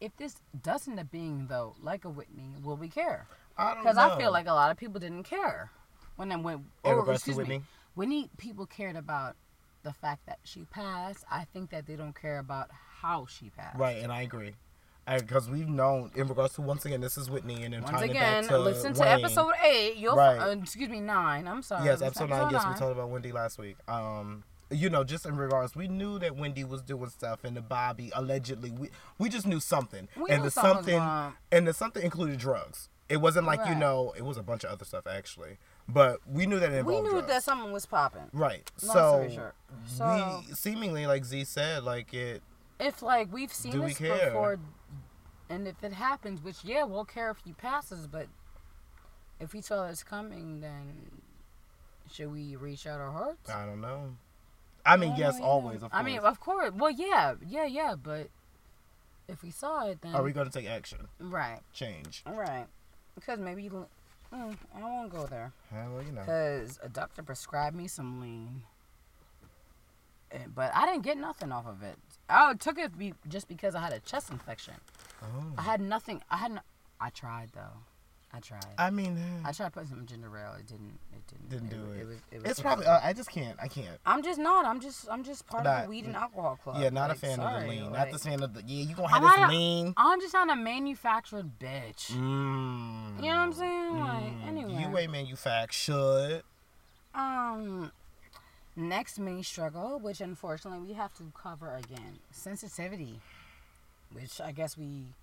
Speaker 2: if this doesn't end up being though like a Whitney, will we care?
Speaker 1: I don't
Speaker 2: Because
Speaker 1: know.
Speaker 2: I feel like a lot of people didn't care when then when
Speaker 1: In
Speaker 2: or
Speaker 1: regards to
Speaker 2: excuse me,
Speaker 1: Whitney?
Speaker 2: Whitney people cared about the fact that she passed. I think that they don't care about how she passed.
Speaker 1: Right, and I agree. Because we've known, in regards to once again, this is Whitney, and then
Speaker 2: Once
Speaker 1: tying
Speaker 2: again,
Speaker 1: it back to
Speaker 2: listen to
Speaker 1: Wayne.
Speaker 2: episode eight. You'll
Speaker 1: Right.
Speaker 2: uh, excuse me nine. I'm sorry.
Speaker 1: Yes,
Speaker 2: It was
Speaker 1: episode nine. Yes, we talked about Wendy last week. Um, you know, just in regards, we knew that Wendy was doing stuff, and the Bobby allegedly, we we just knew something,
Speaker 2: We
Speaker 1: and
Speaker 2: knew
Speaker 1: the
Speaker 2: something was
Speaker 1: something,
Speaker 2: wrong.
Speaker 1: and the something included drugs. It wasn't like you
Speaker 2: Right.
Speaker 1: know, it was a bunch of other stuff actually, but we knew that it
Speaker 2: We
Speaker 1: involved
Speaker 2: knew
Speaker 1: drugs.
Speaker 2: that someone was popping.
Speaker 1: right.
Speaker 2: Long
Speaker 1: so
Speaker 2: story short. So-
Speaker 1: we seemingly, like Z said, like it.
Speaker 2: If like we've seen
Speaker 1: Do we
Speaker 2: this
Speaker 1: care?
Speaker 2: before, and if it happens, which yeah, we'll care if he passes, but if we tell it's coming, then should we reach out our hearts?
Speaker 1: I don't know. I mean, yes, always. Of course.
Speaker 2: I mean, of course. Well, yeah, yeah, yeah, but if we saw it, then
Speaker 1: are we going to take action?
Speaker 2: right,
Speaker 1: Change?
Speaker 2: right, because maybe you, mm, I won't go there.
Speaker 1: Huh, well, you know.
Speaker 2: Cause a doctor prescribed me some lean, And- but I didn't get nothing off of it. I took it be, just because I had a chest infection.
Speaker 1: Oh.
Speaker 2: I had nothing. I had. No, I tried though. I tried. I,
Speaker 1: I mean, eh,
Speaker 2: tried putting some ginger ale. It didn't. It didn't.
Speaker 1: didn't do it.
Speaker 2: It was. It was
Speaker 1: it's probably. Uh, I just can't. I can't.
Speaker 2: I'm just not. I'm just. I'm just part of
Speaker 1: Not-
Speaker 2: the weed and alcohol club.
Speaker 1: Yeah, not
Speaker 2: Like,
Speaker 1: a fan of
Speaker 2: sorry,
Speaker 1: the lean.
Speaker 2: like,
Speaker 1: not the fan of the yeah. You gonna have
Speaker 2: I'm
Speaker 1: this
Speaker 2: not a-
Speaker 1: lean?
Speaker 2: I'm just not a manufactured bitch.
Speaker 1: Mm.
Speaker 2: You know what I'm saying? Like anyway.
Speaker 1: You ain't manufactured.
Speaker 2: Um, next mini struggle, which unfortunately we have to cover again, sensitivity, which I guess we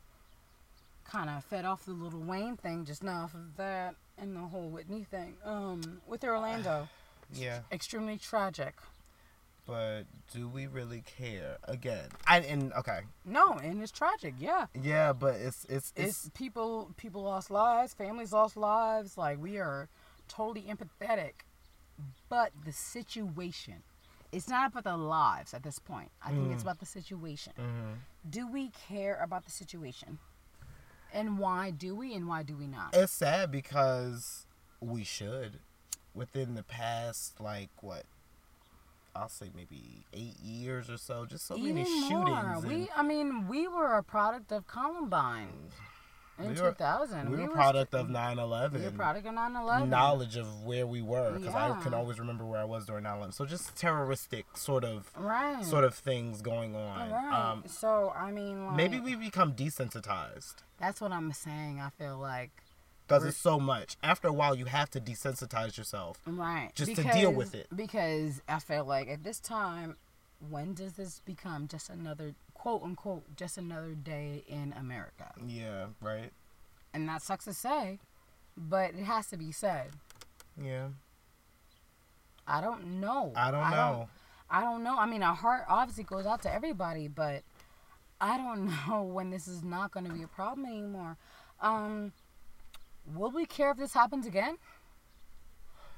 Speaker 2: kind of fed off the little Wayne thing just now for that and the whole Whitney thing. Um, with Orlando,
Speaker 1: Yeah,
Speaker 2: extremely tragic.
Speaker 1: but do we really care? Again, I and okay.
Speaker 2: No, and it's tragic. Yeah,
Speaker 1: Yeah, but it's it's
Speaker 2: it's,
Speaker 1: it's
Speaker 2: people. People lost lives. Families lost lives. Like we are totally empathetic, but the situation. It's not about the lives at this point. I think
Speaker 1: Mm.
Speaker 2: it's about the situation.
Speaker 1: Mm-hmm.
Speaker 2: Do we care about the situation? And why do we and why do we not?
Speaker 1: it's sad because we should. Within the past, like what, I'll say maybe eight years or so, just so many
Speaker 2: Even more.
Speaker 1: shootings. and-
Speaker 2: We I mean, we were a product of Columbine in
Speaker 1: We were-
Speaker 2: 2000.
Speaker 1: we were a
Speaker 2: were
Speaker 1: product
Speaker 2: st-
Speaker 1: of 9
Speaker 2: we
Speaker 1: 11.
Speaker 2: were a product of 9/11.
Speaker 1: knowledge of where we were because I can
Speaker 2: Yeah.
Speaker 1: always remember where I was during 9/11. So just terroristic sort of
Speaker 2: Right.
Speaker 1: sort of things going on.
Speaker 2: Right.
Speaker 1: Um,
Speaker 2: so I mean, like,
Speaker 1: maybe we become desensitized
Speaker 2: That's what I'm saying. I feel like
Speaker 1: because it's so much. After a while, you have to desensitize yourself.
Speaker 2: right
Speaker 1: Just to deal with
Speaker 2: because-
Speaker 1: it.
Speaker 2: Because I feel like at this time, when does this become just another quote unquote just another day in America?
Speaker 1: Yeah. Right.
Speaker 2: And that sucks to say, but it has to be said.
Speaker 1: Yeah.
Speaker 2: I don't know.
Speaker 1: I don't know.
Speaker 2: I don't know. I mean, our heart obviously goes out to everybody, but I don't know when this is not going to be a problem anymore. Um, will we care if this happens again?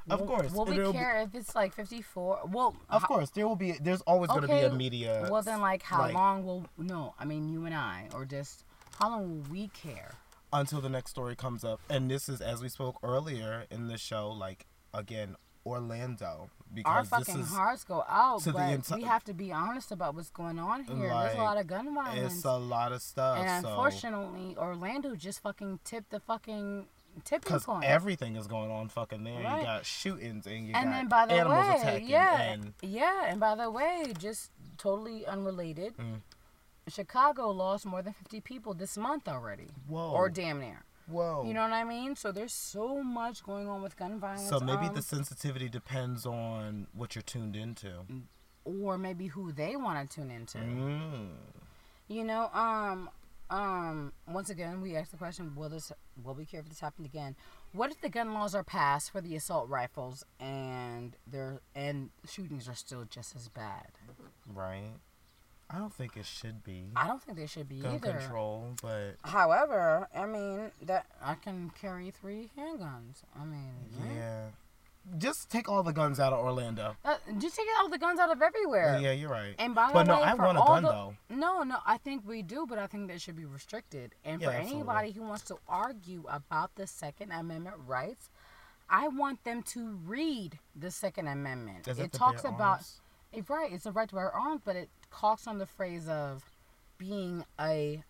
Speaker 1: Of course.
Speaker 2: Will we
Speaker 1: it'll be-
Speaker 2: care if it's like 54? Well,
Speaker 1: of
Speaker 2: ho-
Speaker 1: course, there will be. There's always going to be a media.
Speaker 2: Well, then, like, how
Speaker 1: like-
Speaker 2: long will. No, I mean, you and I, or just how long will we care?
Speaker 1: until the next story comes up. And this is as we spoke earlier in the show, like again, Orlando.
Speaker 2: Our
Speaker 1: Because this
Speaker 2: fucking
Speaker 1: is
Speaker 2: hearts go out,
Speaker 1: to the
Speaker 2: but
Speaker 1: enti-
Speaker 2: we have to be honest about what's going on here. There's
Speaker 1: Like,
Speaker 2: a lot of gun violence.
Speaker 1: it's a lot of stuff.
Speaker 2: and
Speaker 1: so
Speaker 2: unfortunately, Orlando just fucking tipped the fucking tipping
Speaker 1: because
Speaker 2: point.
Speaker 1: everything is going on fucking there.
Speaker 2: Right.
Speaker 1: You got shootings and you
Speaker 2: and
Speaker 1: got
Speaker 2: then by the
Speaker 1: animals
Speaker 2: way,
Speaker 1: attacking
Speaker 2: yeah,
Speaker 1: and
Speaker 2: yeah, and by the way, just totally unrelated.
Speaker 1: Mm.
Speaker 2: Chicago lost more than 50 people this month already,
Speaker 1: whoa
Speaker 2: or damn near.
Speaker 1: whoa.
Speaker 2: You know what I mean? So there's so much going on with gun violence.
Speaker 1: so maybe
Speaker 2: um,
Speaker 1: the sensitivity depends on what you're tuned into.
Speaker 2: Mm-hmm. or maybe who they want to tune into.
Speaker 1: Mm.
Speaker 2: You know, um, um, once again, we asked the question: Will this? Will we care if this happened again? What if the gun laws are passed for the assault rifles and their and shootings are still just as bad?
Speaker 1: Right. I don't think it should be
Speaker 2: I don't think they should be
Speaker 1: gun
Speaker 2: either.
Speaker 1: control, but
Speaker 2: However, I mean that I can carry three handguns. I mean, yeah.
Speaker 1: yeah. Just take all the guns out of Orlando.
Speaker 2: That- just take all the guns out of everywhere.
Speaker 1: Yeah, you're right.
Speaker 2: And by the
Speaker 1: but
Speaker 2: way,
Speaker 1: no, I
Speaker 2: for
Speaker 1: want a
Speaker 2: all
Speaker 1: gun
Speaker 2: the-
Speaker 1: though.
Speaker 2: No, no, I think we do, but I think they should be restricted. And
Speaker 1: Yeah,
Speaker 2: for
Speaker 1: absolutely.
Speaker 2: anybody who wants to argue about the Second Amendment rights, I want them to read the Second Amendment.
Speaker 1: Is
Speaker 2: it
Speaker 1: the
Speaker 2: talks
Speaker 1: bare
Speaker 2: about
Speaker 1: arms?
Speaker 2: it, right. It's a right to bear arms, but it talks on the phrase of being a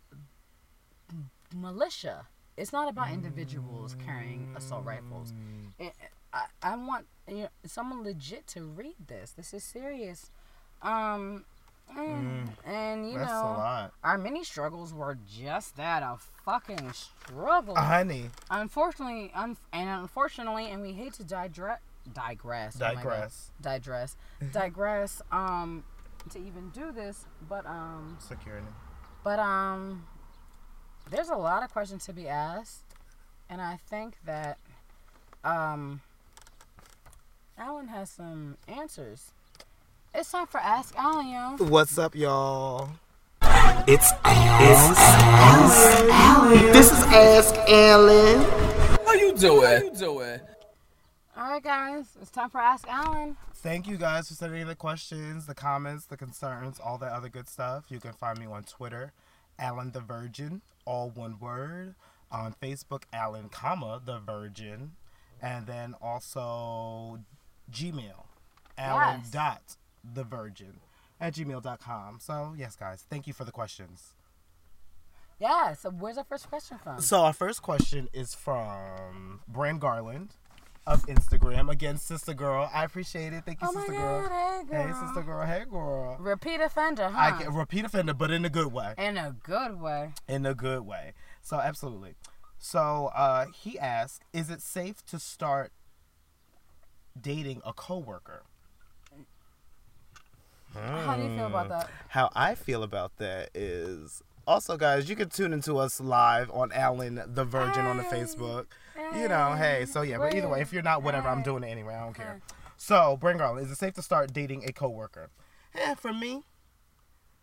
Speaker 2: militia. It's not about individuals carrying assault rifles.
Speaker 1: Mm.
Speaker 2: It, I, I want you know, someone legit to read this. This is serious. Um, mm, and you
Speaker 1: That's
Speaker 2: know,
Speaker 1: a lot,
Speaker 2: our mini struggles were just that a fucking struggle.
Speaker 1: honey.
Speaker 2: Unfortunately, un- and unfortunately, and we hate to digre- digress, oh my God.
Speaker 1: Digress.
Speaker 2: digress, digress, um, to even do this, but um,
Speaker 1: Security.
Speaker 2: but um, there's a lot of questions to be asked, and I think that um, Alan has some answers. It's time for Ask Alan, yo.
Speaker 1: What's up, y'all?
Speaker 8: It's Ask Alan. This is Ask Alan. How you doing? How you doing?
Speaker 2: All right, guys, it's time for Ask Alan.
Speaker 1: Thank you guys for sending in the questions, the comments, the concerns, all that other good stuff. You can find me on Twitter, Alan the Virgin, all one word. On Facebook, Alan, comma the Virgin, and then also Gmail, Alan
Speaker 2: Yes.
Speaker 1: dot the Virgin at gmail.com. So yes, guys, thank you for the questions.
Speaker 2: Yeah, so where's our first question from?
Speaker 1: So our first question is from Brand Garland of Instagram. Again, sister girl, I appreciate it. Thank you,
Speaker 2: Oh my
Speaker 1: sister
Speaker 2: God, hey, girl.
Speaker 1: Hey, sister girl. Hey, girl.
Speaker 2: Repeat offender, huh?
Speaker 1: I get repeat offender, but in a good way.
Speaker 2: In a good way.
Speaker 1: In a good way. So absolutely. So uh, he asked, "Is it safe to start dating a coworker?"
Speaker 2: How do you feel
Speaker 1: Mm.
Speaker 2: about that?
Speaker 1: How I feel about that is also, guys, you can tune into us live on Alan the Virgin on the Facebook. You know, hey, so yeah, but either way, if you're not, whatever, I'm doing it anyway. I don't care. So, Brent Garland, is it safe to start dating a coworker? Eh, for me,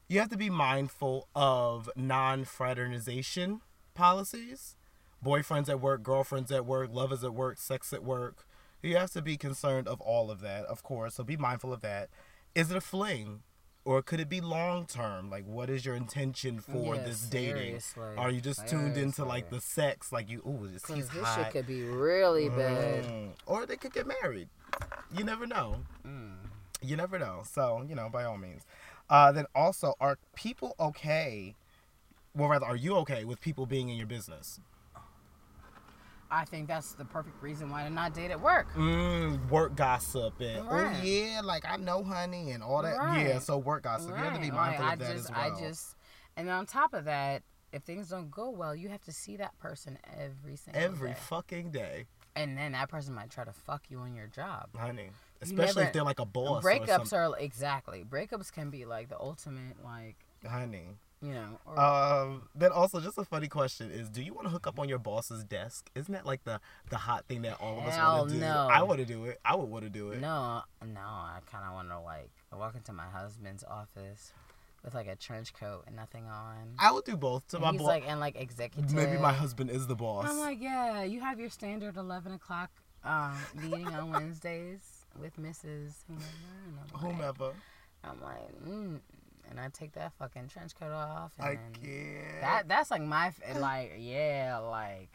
Speaker 1: you have to be mindful of non fraternization policies. Boyfriends at work, girlfriends at work, lovers at work, sex at work. You have to be concerned of all of that, of course. So be mindful of that. Is it a fling? Or could it be long term? Like, what is your intention for
Speaker 2: Yeah,
Speaker 1: this dating?
Speaker 2: seriously.
Speaker 1: Are you just tuned into like the sex? Like, you, ooh, this, he's hot.
Speaker 2: be really
Speaker 1: Mm. Or they could get married. You never know. Mm. You never know. So, you know, by all means. Uh, then also, are people okay? Well, rather, are you okay with people being in your business?
Speaker 2: I think that's the perfect reason why to not date at work.
Speaker 1: Mm, work gossip and
Speaker 2: Right.
Speaker 1: oh yeah, like I know, honey, and all that.
Speaker 2: Right.
Speaker 1: Yeah, so work gossip. You have to be
Speaker 2: Right, like,
Speaker 1: mindful of
Speaker 2: I
Speaker 1: that
Speaker 2: just,
Speaker 1: as well.
Speaker 2: I just, and on top of that, if things don't go well, you have to see that person every single
Speaker 1: every
Speaker 2: day.
Speaker 1: fucking day,
Speaker 2: and then that person might try to fuck you on your job.
Speaker 1: honey.
Speaker 2: You
Speaker 1: Especially
Speaker 2: never-
Speaker 1: if they're like a boss. or
Speaker 2: Breakups
Speaker 1: something.
Speaker 2: are exactly. Breakups can be like the ultimate, like
Speaker 1: honey.
Speaker 2: you know. Or,
Speaker 1: Um, then also just a funny question is do you want to hook up on your boss's desk? Isn't that like the the hot thing that all of us
Speaker 2: Hell
Speaker 1: want to do?
Speaker 2: no.
Speaker 1: I want to do it. I would want to do it.
Speaker 2: No, no, I kind of want to like walk into my husband's office with like a trench coat and nothing on.
Speaker 1: I would do both to
Speaker 2: And
Speaker 1: my
Speaker 2: he's
Speaker 1: boss.
Speaker 2: like and like executive.
Speaker 1: Maybe my husband is the boss.
Speaker 2: I'm like, yeah, you have your standard eleven o'clock um, meeting on Wednesdays with Mrs. Whomever. and I'm like-
Speaker 1: Whomever.
Speaker 2: I'm like, mm, and I take that fucking trench coat off. And
Speaker 1: I
Speaker 2: then
Speaker 1: can't.
Speaker 2: That that's like my f- like yeah like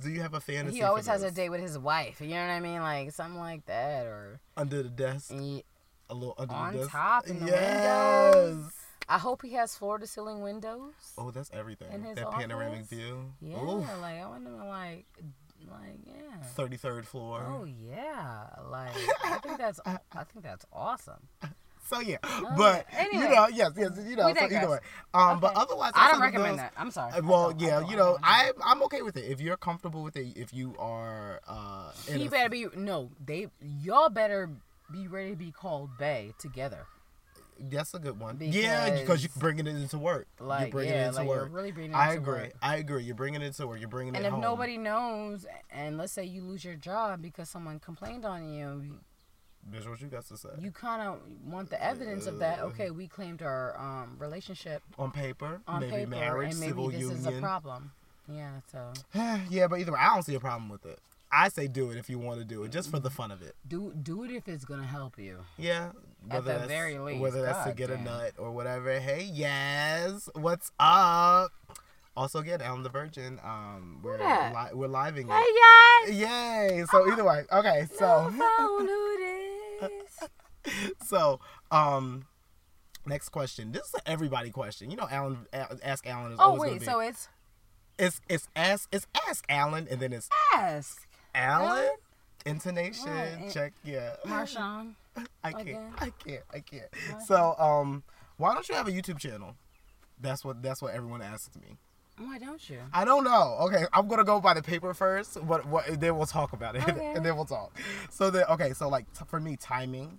Speaker 1: Do you have a fantasy?
Speaker 2: he
Speaker 1: for
Speaker 2: always has a
Speaker 1: this?
Speaker 2: date with his wife. You know what I mean? Like something like that or
Speaker 1: under the desk,
Speaker 2: he-
Speaker 1: a little under
Speaker 2: Mm, on
Speaker 1: the desk.
Speaker 2: top, in the
Speaker 1: yes.
Speaker 2: windows. I hope he has floor to ceiling windows.
Speaker 1: Oh, that's everything.
Speaker 2: In his
Speaker 1: that panoramic
Speaker 2: office?
Speaker 1: view.
Speaker 2: Yeah,
Speaker 1: Ooh.
Speaker 2: like I want him to like like yeah.
Speaker 1: 33rd floor.
Speaker 2: Oh yeah, like I think that's I think that's awesome.
Speaker 1: So yeah, but you
Speaker 2: oh, anyway.
Speaker 1: know, yes, yes, you know.
Speaker 2: We
Speaker 1: So
Speaker 2: digress.
Speaker 1: either way, um, but
Speaker 2: Okay.
Speaker 1: otherwise,
Speaker 2: I don't
Speaker 1: outside of
Speaker 2: recommend
Speaker 1: those-
Speaker 2: that. I'm sorry.
Speaker 1: Uh,
Speaker 2: I
Speaker 1: Well,
Speaker 2: don't- I
Speaker 1: yeah,
Speaker 2: don't-
Speaker 1: you
Speaker 2: I
Speaker 1: know,
Speaker 2: don't
Speaker 1: I I'm okay with it if you're comfortable with it. If you are, uh, in
Speaker 2: He
Speaker 1: a-
Speaker 2: better be no. They y'all better be ready to be called Bay together.
Speaker 1: That's a good one. yeah, because
Speaker 2: Because-
Speaker 1: you're bringing it into work. you're
Speaker 2: Like,
Speaker 1: bringing
Speaker 2: yeah,
Speaker 1: it into
Speaker 2: like, you're
Speaker 1: work.
Speaker 2: really bringing it
Speaker 1: I
Speaker 2: into
Speaker 1: agree.
Speaker 2: work.
Speaker 1: I agree. You're bringing it into work. You're bringing it
Speaker 2: And if
Speaker 1: home.
Speaker 2: nobody knows, and let's say you lose your job because someone complained on you,
Speaker 1: That's what you got to say.
Speaker 2: you kind of want the evidence of
Speaker 1: Uh,
Speaker 2: that. Okay, we claimed our um, relationship
Speaker 1: on paper,
Speaker 2: on
Speaker 1: maybe
Speaker 2: paper,
Speaker 1: marriage,
Speaker 2: and maybe
Speaker 1: civil
Speaker 2: this
Speaker 1: union.
Speaker 2: is a problem. Yeah, so
Speaker 1: yeah, but either way, I don't see a problem with it. I say do it if you want to do it, just for the fun of it.
Speaker 2: do do it if it's gonna help you.
Speaker 1: Yeah.
Speaker 2: the very least,
Speaker 1: Whether that's to
Speaker 2: God
Speaker 1: get a
Speaker 2: damn.
Speaker 1: nut or whatever. Hey, yes. What's up? Also, again, Ellen the Virgin. Um, we're li- we're living. Hey,
Speaker 2: Yes.
Speaker 1: Yay! So either way, okay. So so um, next question. This is an everybody question. You know, Alan. A- Ask Alan is
Speaker 2: Oh
Speaker 1: always
Speaker 2: wait, so
Speaker 1: gonna be.
Speaker 2: it's
Speaker 1: it's it's ask it's ask Alan, and then it's
Speaker 2: ask
Speaker 1: Alan.
Speaker 2: Alan?
Speaker 1: Intonation
Speaker 2: Right.
Speaker 1: check. Yeah.
Speaker 2: Marshawn.
Speaker 1: I can't.
Speaker 2: Again.
Speaker 1: I can't. I can't. So, um, why don't you have a YouTube channel? That's what that's what everyone asks me.
Speaker 2: Oh, Why don't you?
Speaker 1: I don't know. Okay, I'm gonna go by the paper first. What what? Then we'll talk about it,
Speaker 2: Okay.
Speaker 1: and then we'll talk. So then, okay. So like t- for me, timing,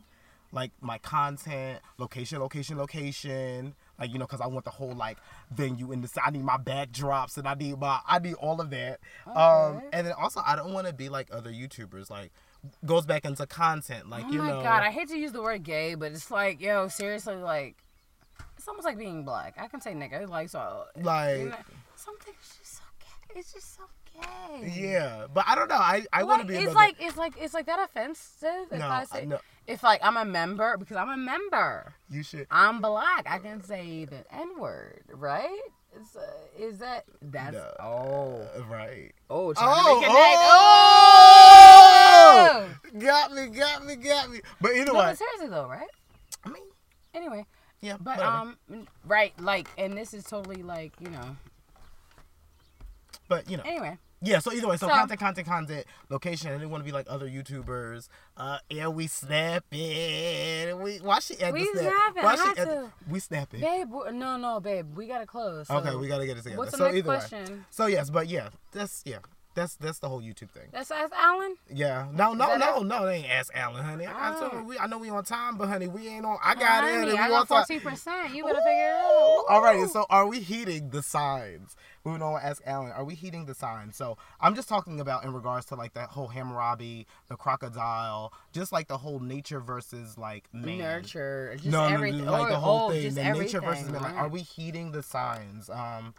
Speaker 1: like my content, location, location, location. Like you know, cause I want the whole like venue in this. I need my backdrops, and I need my I need all of that. Um, and then also I don't want to be like other YouTubers. Like goes back into content. Like
Speaker 2: Oh
Speaker 1: you
Speaker 2: my
Speaker 1: know.
Speaker 2: god, I hate to use the word gay, but it's like, yo, seriously, like, it's almost like being black. I can say nigga, like, so,
Speaker 1: like.
Speaker 2: you know, something's just so gay. It's just so gay.
Speaker 1: Yeah, but I don't know. I, I want to
Speaker 2: Like,
Speaker 1: be.
Speaker 2: it's
Speaker 1: another-
Speaker 2: like it's like it's like that offensive. If
Speaker 1: No,
Speaker 2: I
Speaker 1: I-
Speaker 2: say,
Speaker 1: no.
Speaker 2: if like I'm a member because I'm a member,
Speaker 1: you should.
Speaker 2: I'm black. I can say the N word, right? It's, uh, is that that's
Speaker 1: No.
Speaker 2: oh
Speaker 1: uh, Right.
Speaker 2: oh trying to
Speaker 1: Oh,
Speaker 2: make a name.
Speaker 1: oh,
Speaker 2: Oh!
Speaker 1: got me, got me, got me. But either
Speaker 2: No,
Speaker 1: way,
Speaker 2: but seriously though, right?
Speaker 1: I mean,
Speaker 2: Anyway,
Speaker 1: yeah,
Speaker 2: But
Speaker 1: whatever.
Speaker 2: um, right, like, and this is totally like you know.
Speaker 1: but you know,
Speaker 2: Anyway,
Speaker 1: yeah. So either way, so,
Speaker 2: eh, so-
Speaker 1: content, content, content, location. I didn't want to be like other YouTubers. Uh, yeah, we snapping. We why she at
Speaker 2: We
Speaker 1: the snap?
Speaker 2: snapping,
Speaker 1: Why
Speaker 2: I had
Speaker 1: she at the,
Speaker 2: to.
Speaker 1: we snapping?
Speaker 2: babe, w- no, no, babe, we gotta close. so-
Speaker 1: okay, we gotta get it together.
Speaker 2: what's the
Speaker 1: so
Speaker 2: next
Speaker 1: either way,
Speaker 2: question?
Speaker 1: so yes, but yeah, that's yeah, that's that's the whole YouTube thing.
Speaker 2: That's that's Alan.
Speaker 1: Yeah. No, no,
Speaker 2: that
Speaker 1: no,
Speaker 2: it? Oh.
Speaker 1: no. They ain't ask Alan, honey. I, told her we, I know we on time, but honey, we ain't on. I got it.
Speaker 2: Honey,
Speaker 1: honey,
Speaker 2: I
Speaker 1: we on
Speaker 2: got
Speaker 1: time.
Speaker 2: fourteen percent. You better figure it out.
Speaker 1: All right. So, are we heating the signs? We don't want to ask Alan. Are we heating the signs? So, I'm just talking about in regards to like that whole Hammurabi, the crocodile, just like the whole nature versus like man.
Speaker 2: Nurture, just
Speaker 1: No, no, no,
Speaker 2: everything.
Speaker 1: like
Speaker 2: oh,
Speaker 1: the whole
Speaker 2: oh,
Speaker 1: thing.
Speaker 2: Just
Speaker 1: the nature
Speaker 2: everything.
Speaker 1: versus man. Like,
Speaker 2: right.
Speaker 1: are we heeding the signs? Um,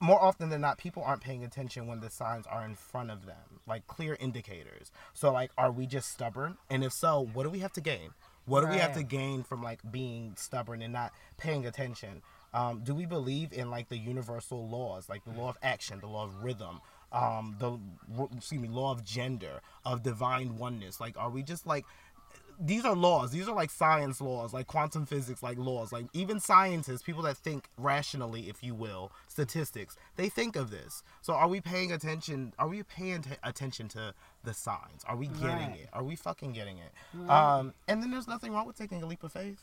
Speaker 1: more often than not, people aren't paying attention when the signs are in front of them, like clear indicators. So, like, are we just stubborn? And if so, what do we have to gain? What do we have
Speaker 2: Right.
Speaker 1: to gain from like being stubborn and not paying attention? Um, do we believe in like the universal laws, like the law of action, the law of rhythm, um, the excuse me, law of gender, of divine oneness? Like, are we just like these are laws. These are like science laws, like quantum physics, like laws. Like even scientists, people that think rationally, if you will, statistics, they think of this. So are we paying attention? Are we paying t- attention to the signs? Are we getting it? Are we fucking getting it? Um, and then there's nothing wrong with taking a leap of faith.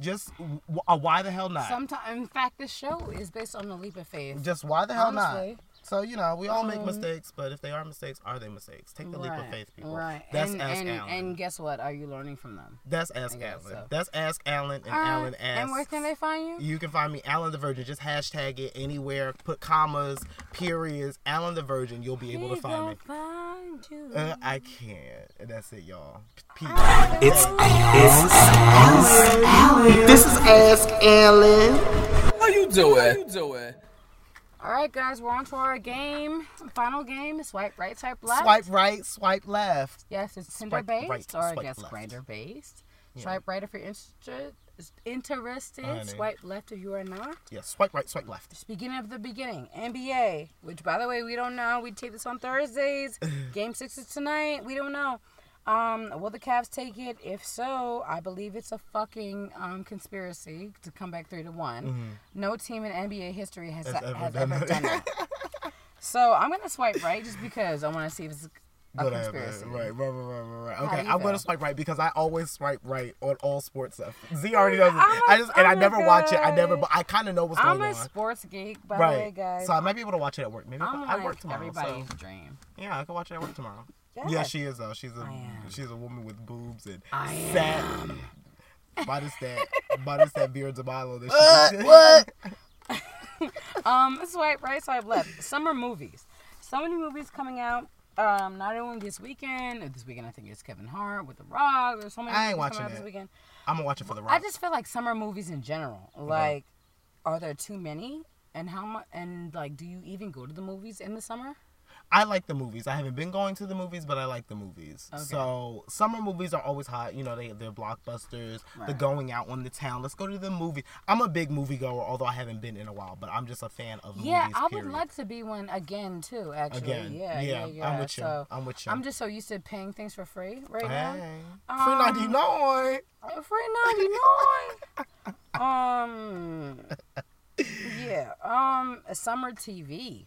Speaker 1: Just w- uh, why the hell not?
Speaker 2: Sometimes, in fact, this show is based on the leap of faith.
Speaker 1: Just why the hell
Speaker 2: Honestly. Um,
Speaker 1: not? So you know, we all make mistakes, but if they are mistakes, are they mistakes? Take the leap of faith, people.
Speaker 2: Right.
Speaker 1: That's
Speaker 2: and,
Speaker 1: ask
Speaker 2: and,
Speaker 1: Alan.
Speaker 2: and guess what? Are you learning from them?
Speaker 1: That's Ask
Speaker 2: guess
Speaker 1: Alan.
Speaker 2: so.
Speaker 1: That's Ask Alan and Alan
Speaker 2: Uh,
Speaker 1: asks.
Speaker 2: and where can they find you?
Speaker 1: You can find me Alan the Virgin. Just hashtag it anywhere. Put commas, periods, Alan the Virgin. You'll be able to
Speaker 2: We
Speaker 1: find me.
Speaker 2: gonna find you.
Speaker 1: Uh, I can't. And That's it, y'all. Peace.
Speaker 8: It's Ask Alan. This is Ask Alan. How you doing? How you doing?
Speaker 2: All right, guys, we're on to our game. Final game: swipe right, swipe left.
Speaker 1: Swipe right, swipe left.
Speaker 2: Yes, it's Tinder
Speaker 1: Swipe
Speaker 2: based,
Speaker 1: right,
Speaker 2: or I
Speaker 1: swipe
Speaker 2: guess
Speaker 1: left.
Speaker 2: Grinder based. Swipe right if you're interested. Interested.
Speaker 1: Honey.
Speaker 2: Swipe left if you are not.
Speaker 1: Yeah, swipe right, swipe left.
Speaker 2: It's beginning of the beginning. NBA, which by the way we don't know. We take this on Thursdays. Game six is tonight. We don't know. Um, will the Cavs take it? If so, I believe it's a fucking um, conspiracy to come back three to one. No team in NBA history has,
Speaker 1: Mm-hmm.
Speaker 2: e-,
Speaker 1: Has
Speaker 2: has
Speaker 1: ever
Speaker 2: ever,
Speaker 1: done that.
Speaker 2: done that. so I'm gonna swipe right just because I want to see if it's a
Speaker 1: Whatever.
Speaker 2: conspiracy.
Speaker 1: Right, right, right, right, right.
Speaker 2: How
Speaker 1: Okay,
Speaker 2: do
Speaker 1: I'm
Speaker 2: you
Speaker 1: gonna
Speaker 2: feel?
Speaker 1: swipe right because I always swipe right on all sports stuff. Z already knows. this.
Speaker 2: I'm a-
Speaker 1: I just and I
Speaker 2: I'm a
Speaker 1: never watch it. I
Speaker 2: guy.
Speaker 1: never, but I kind of know what's
Speaker 2: I'm
Speaker 1: going
Speaker 2: a
Speaker 1: on.
Speaker 2: sports geek, by the way,
Speaker 1: Right,
Speaker 2: guys.
Speaker 1: so I might be able to watch it at work. Maybe
Speaker 2: I'm
Speaker 1: I'll- I
Speaker 2: like
Speaker 1: work tomorrow.
Speaker 2: everybody's
Speaker 1: So
Speaker 2: dream.
Speaker 1: yeah, I can watch it at work tomorrow. Yeah,
Speaker 2: Yes.
Speaker 1: she is though. She's a
Speaker 2: am.
Speaker 1: she's a woman with boobs and
Speaker 2: I
Speaker 1: fat. Minus that, minus that Vera DeMilo. That she
Speaker 2: Um, swipe right, swipe left. Summer movies. So many movies coming out. Um, not only this weekend. uh, This weekend, I think it's Kevin Hart with The Rock. There's so many.
Speaker 1: I ain't
Speaker 2: movies
Speaker 1: watching
Speaker 2: coming out
Speaker 1: it.
Speaker 2: This weekend.
Speaker 1: I'm gonna watch it for the
Speaker 2: I
Speaker 1: ride.
Speaker 2: just feel like summer movies in general. Like, are there too many? And how much? And like, do you even go to the movies in the summer?
Speaker 1: I like the movies. I haven't been going to the movies, but I like the movies.
Speaker 2: Okay.
Speaker 1: So summer movies are always hot. You know, they they're blockbusters. They're
Speaker 2: Right.
Speaker 1: going out on the town. Let's go to the movie. I'm a big movie goer, although I haven't been in a while. But I'm just a fan of
Speaker 2: yeah,
Speaker 1: movies.
Speaker 2: I would
Speaker 1: period.
Speaker 2: like to be one again too. Actually,
Speaker 1: Again,
Speaker 2: yeah, yeah, yeah.
Speaker 1: I'm with you.
Speaker 2: So,
Speaker 1: I'm with you.
Speaker 2: I'm just so used to paying things for free right now.
Speaker 1: hey, free
Speaker 2: um,
Speaker 1: ninety nine.
Speaker 2: for ninety nine. um, yeah. Um, summer TV.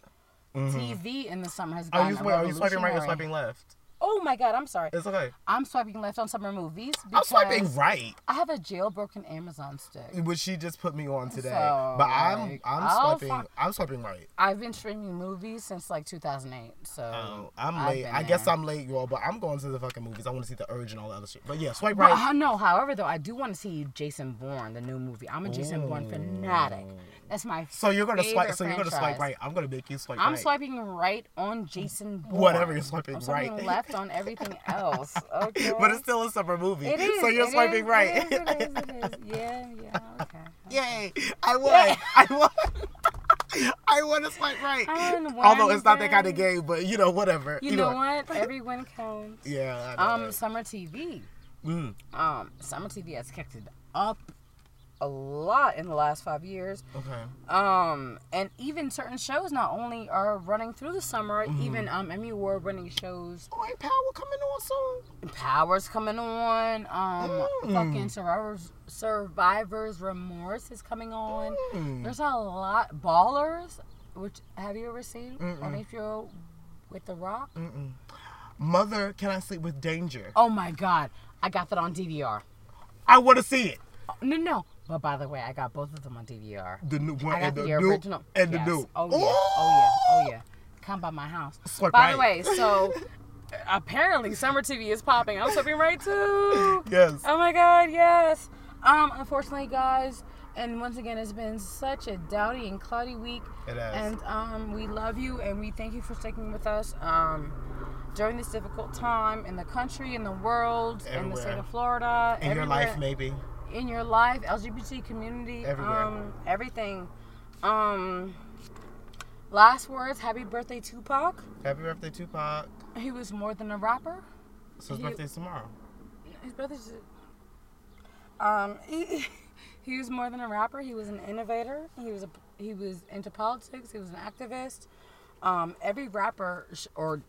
Speaker 2: TV in the summer has
Speaker 1: Mm-hmm. Are
Speaker 2: gotten
Speaker 1: you wait, are you swiping right or
Speaker 2: revolutionary.
Speaker 1: swiping left?
Speaker 2: Oh my god, I'm sorry.
Speaker 1: It's okay.
Speaker 2: I'm swiping left on summer movies.
Speaker 1: I'm
Speaker 2: Because
Speaker 1: swiping right,
Speaker 2: I have a jailbroken Amazon stick.
Speaker 1: which she just put me on today.
Speaker 2: So,
Speaker 1: but I'm
Speaker 2: like,
Speaker 1: I'm
Speaker 2: I'll
Speaker 1: swiping
Speaker 2: fi-
Speaker 1: I'm swiping right.
Speaker 2: I've been streaming movies since like 2008. So
Speaker 1: Oh, I'm
Speaker 2: I've
Speaker 1: late.
Speaker 2: been
Speaker 1: I guess
Speaker 2: there.
Speaker 1: I'm late, y'all. But I'm going to the fucking movies. I want to see the Urge and all the other shit. But yeah, swipe
Speaker 2: But,
Speaker 1: right.
Speaker 2: uh, no, however though, I do want to see Jason Bourne, the new movie. I'm a Jason Bourne fanatic. That's my
Speaker 1: So you're gonna swipe.
Speaker 2: favorite
Speaker 1: So you're gonna
Speaker 2: franchise.
Speaker 1: swipe right. I'm gonna make you swipe
Speaker 2: I'm
Speaker 1: right.
Speaker 2: swiping right on Jason Bourne.
Speaker 1: Whatever you're swiping
Speaker 2: I'm swiping
Speaker 1: right.
Speaker 2: left on everything else. Okay.
Speaker 1: But it's still a summer movie.
Speaker 2: It is,
Speaker 1: so you're
Speaker 2: it
Speaker 1: swiping
Speaker 2: is,
Speaker 1: right.
Speaker 2: It is, it is, it is. Yeah, yeah, okay.
Speaker 1: Yay! I won. I won. I want to swipe right.
Speaker 2: I'm
Speaker 1: Although it's not that
Speaker 2: winning.
Speaker 1: kind of game, but you know whatever.
Speaker 2: You know what? Everyone counts.
Speaker 1: Yeah. I know,
Speaker 2: Um,
Speaker 1: right?
Speaker 2: summer TV.
Speaker 1: Mm.
Speaker 2: Um, summer TV has kicked it up a lot in the last five years.
Speaker 1: Okay.
Speaker 2: Um, and even certain shows not only are running through the summer,
Speaker 1: Mm-hmm.
Speaker 2: even um Emmy Award winning shows
Speaker 1: Oh, ain't Power coming on soon?
Speaker 2: Powers coming on. Um,
Speaker 1: Mm.
Speaker 2: fucking survivors, survivors remorse is coming on.
Speaker 1: Mm.
Speaker 2: There's a lot. Ballers, which have you ever seen on HBO with The Rock?
Speaker 1: Mm. Mother, can I sleep with danger?
Speaker 2: Oh my God, I got that on DVR.
Speaker 1: I want to see it.
Speaker 2: No, no. But by the way, I got both of them on DVR.
Speaker 1: The new one
Speaker 2: I got
Speaker 1: and
Speaker 2: the,
Speaker 1: the, new
Speaker 2: original
Speaker 1: and
Speaker 2: Yes.
Speaker 1: the new.
Speaker 2: Oh yeah, oh yeah, oh yeah. Come by my house.
Speaker 1: Swipe
Speaker 2: by the way,
Speaker 1: right.
Speaker 2: so apparently summer TV is popping. I'm swiping right too.
Speaker 1: Yes.
Speaker 2: Oh my god, yes. Um, unfortunately, guys, and once again, it's been such a dowdy and cloudy week.
Speaker 1: It has.
Speaker 2: And um, we love you and we thank you for sticking with us um, during this difficult time in the country, in the world, in the state
Speaker 1: Everywhere.
Speaker 2: of Florida,
Speaker 1: In your
Speaker 2: everywhere
Speaker 1: life, maybe.
Speaker 2: in your life, LGBT community,
Speaker 1: Everywhere.
Speaker 2: um, everything. Um, last words, happy birthday, Tupac.
Speaker 1: Happy birthday, Tupac.
Speaker 2: He was more than a rapper.
Speaker 1: So his
Speaker 2: You-
Speaker 1: birthday's tomorrow.
Speaker 2: His brother's. Um, he, he was more than a rapper. He was an innovator. He was a, he was into politics. He was an activist. Um, every rapper sh- or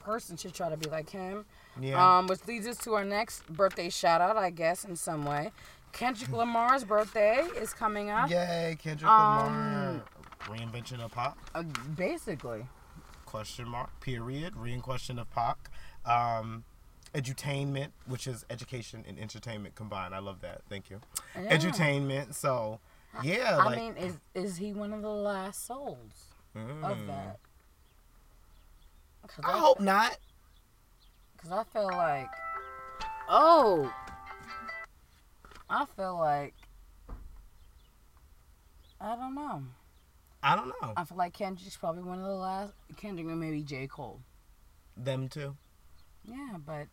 Speaker 2: person should try to be like him.
Speaker 1: Yeah.
Speaker 2: Um, which leads us to our next birthday shout out, I guess, in some way. Kendrick Lamar's birthday is coming up.
Speaker 1: Yay, Kendrick
Speaker 2: Um,
Speaker 1: Lamar. Reinvention of pop?
Speaker 2: Uh, basically.
Speaker 1: Question mark. Period. Reinvention of pop. Um, edutainment, which is education and entertainment combined. I love that. Thank you. Edutainment. So, yeah,
Speaker 2: I
Speaker 1: like
Speaker 2: mean, is is he one of the last souls
Speaker 1: Hmm. mm.
Speaker 2: of that? 'Cause
Speaker 1: I hope not.
Speaker 2: Cause I feel like, oh, I feel like, I don't know.
Speaker 1: I don't know.
Speaker 2: I feel like Kendrick's probably one of the last Kendrick or maybe J Cole.
Speaker 1: Them too.
Speaker 2: Yeah, but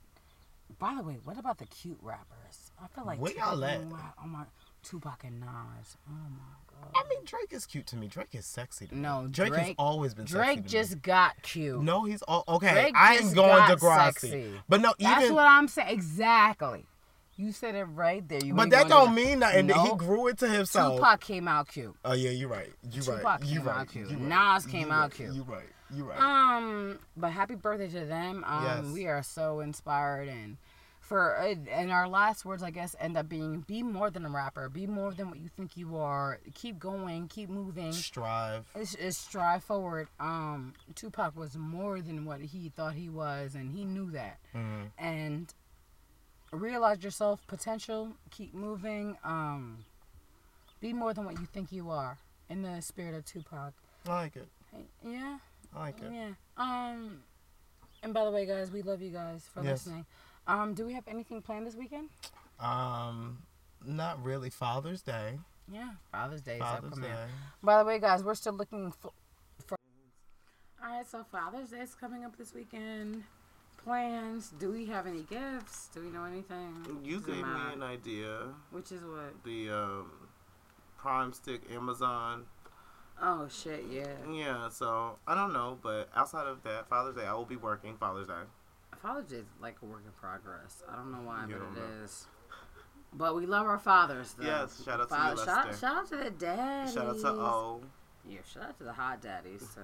Speaker 2: by the way, what about the cute rappers? I feel like
Speaker 1: Where y'all
Speaker 2: Tupac
Speaker 1: at?
Speaker 2: and Wa- Oh my, Tupac and Nas. Oh my
Speaker 1: I
Speaker 2: god.
Speaker 1: mean, Drake is cute to me. Drake is sexy. To me.
Speaker 2: No,
Speaker 1: Drake,
Speaker 2: Drake,
Speaker 1: has always been sexy
Speaker 2: Drake
Speaker 1: to me.
Speaker 2: just got cute.
Speaker 1: No, he's all okay.
Speaker 2: Drake
Speaker 1: I'm
Speaker 2: just
Speaker 1: going
Speaker 2: got
Speaker 1: Degrassi,
Speaker 2: sexy.
Speaker 1: but no, even
Speaker 2: That's what I'm saying. Exactly. You said it right there. You
Speaker 1: but
Speaker 2: ain't
Speaker 1: that
Speaker 2: going
Speaker 1: don't
Speaker 2: to-
Speaker 1: mean nothing.
Speaker 2: No.
Speaker 1: He grew it to himself.
Speaker 2: Tupac came out cute.
Speaker 1: Oh yeah, you're right. You're right.
Speaker 2: Tupac
Speaker 1: You're
Speaker 2: came out
Speaker 1: right.
Speaker 2: cute.
Speaker 1: You're right.
Speaker 2: Nas came
Speaker 1: You're
Speaker 2: out
Speaker 1: right.
Speaker 2: cute.
Speaker 1: You're right. You're right.
Speaker 2: Um, but happy birthday to them. Um,
Speaker 1: Yes.
Speaker 2: we are so inspired and for and our last words, I guess, end up being be more than a rapper, be more than what you think you are. Keep going, keep moving.
Speaker 1: Strive.
Speaker 2: It's, it's strive forward. Um, Tupac was more than what he thought he was, and he knew that.
Speaker 1: Mm.
Speaker 2: And realize yourself, potential. Keep moving. Um, be more than what you think you are. In the spirit of Tupac.
Speaker 1: I like it.
Speaker 2: Yeah.
Speaker 1: I like it.
Speaker 2: Yeah. Um. And by the way, guys, we love you guys for
Speaker 1: Yes.
Speaker 2: listening. Um. Do we have anything planned this weekend?
Speaker 1: Um, not really. Father's Day.
Speaker 2: Yeah. Father's Day is
Speaker 1: Father's
Speaker 2: upcoming.
Speaker 1: Day.
Speaker 2: By the way, guys, we're still looking for. for... All right. So Father's Day is coming up this weekend. Plans? Do we have any gifts? Do we know anything?
Speaker 9: You
Speaker 2: Doesn't
Speaker 9: gave me
Speaker 2: matter.
Speaker 9: an idea.
Speaker 2: Which is what?
Speaker 9: The um, Prime Stick Amazon.
Speaker 2: Oh shit! Yeah.
Speaker 9: Yeah, so I don't know, but outside of that, Father's Day, I will be working Father's Day.
Speaker 2: Father's Day is like a work in progress. I don't know why,
Speaker 9: You
Speaker 2: but
Speaker 9: don't
Speaker 2: it is.
Speaker 9: know.
Speaker 2: But we love our fathers. Though.
Speaker 9: Yes, shout out to
Speaker 2: Fa-
Speaker 9: you,
Speaker 2: shout,
Speaker 9: Lester.
Speaker 2: shout out to the daddies.
Speaker 9: Shout out to O.
Speaker 2: Yeah, shout out to the hot daddies too.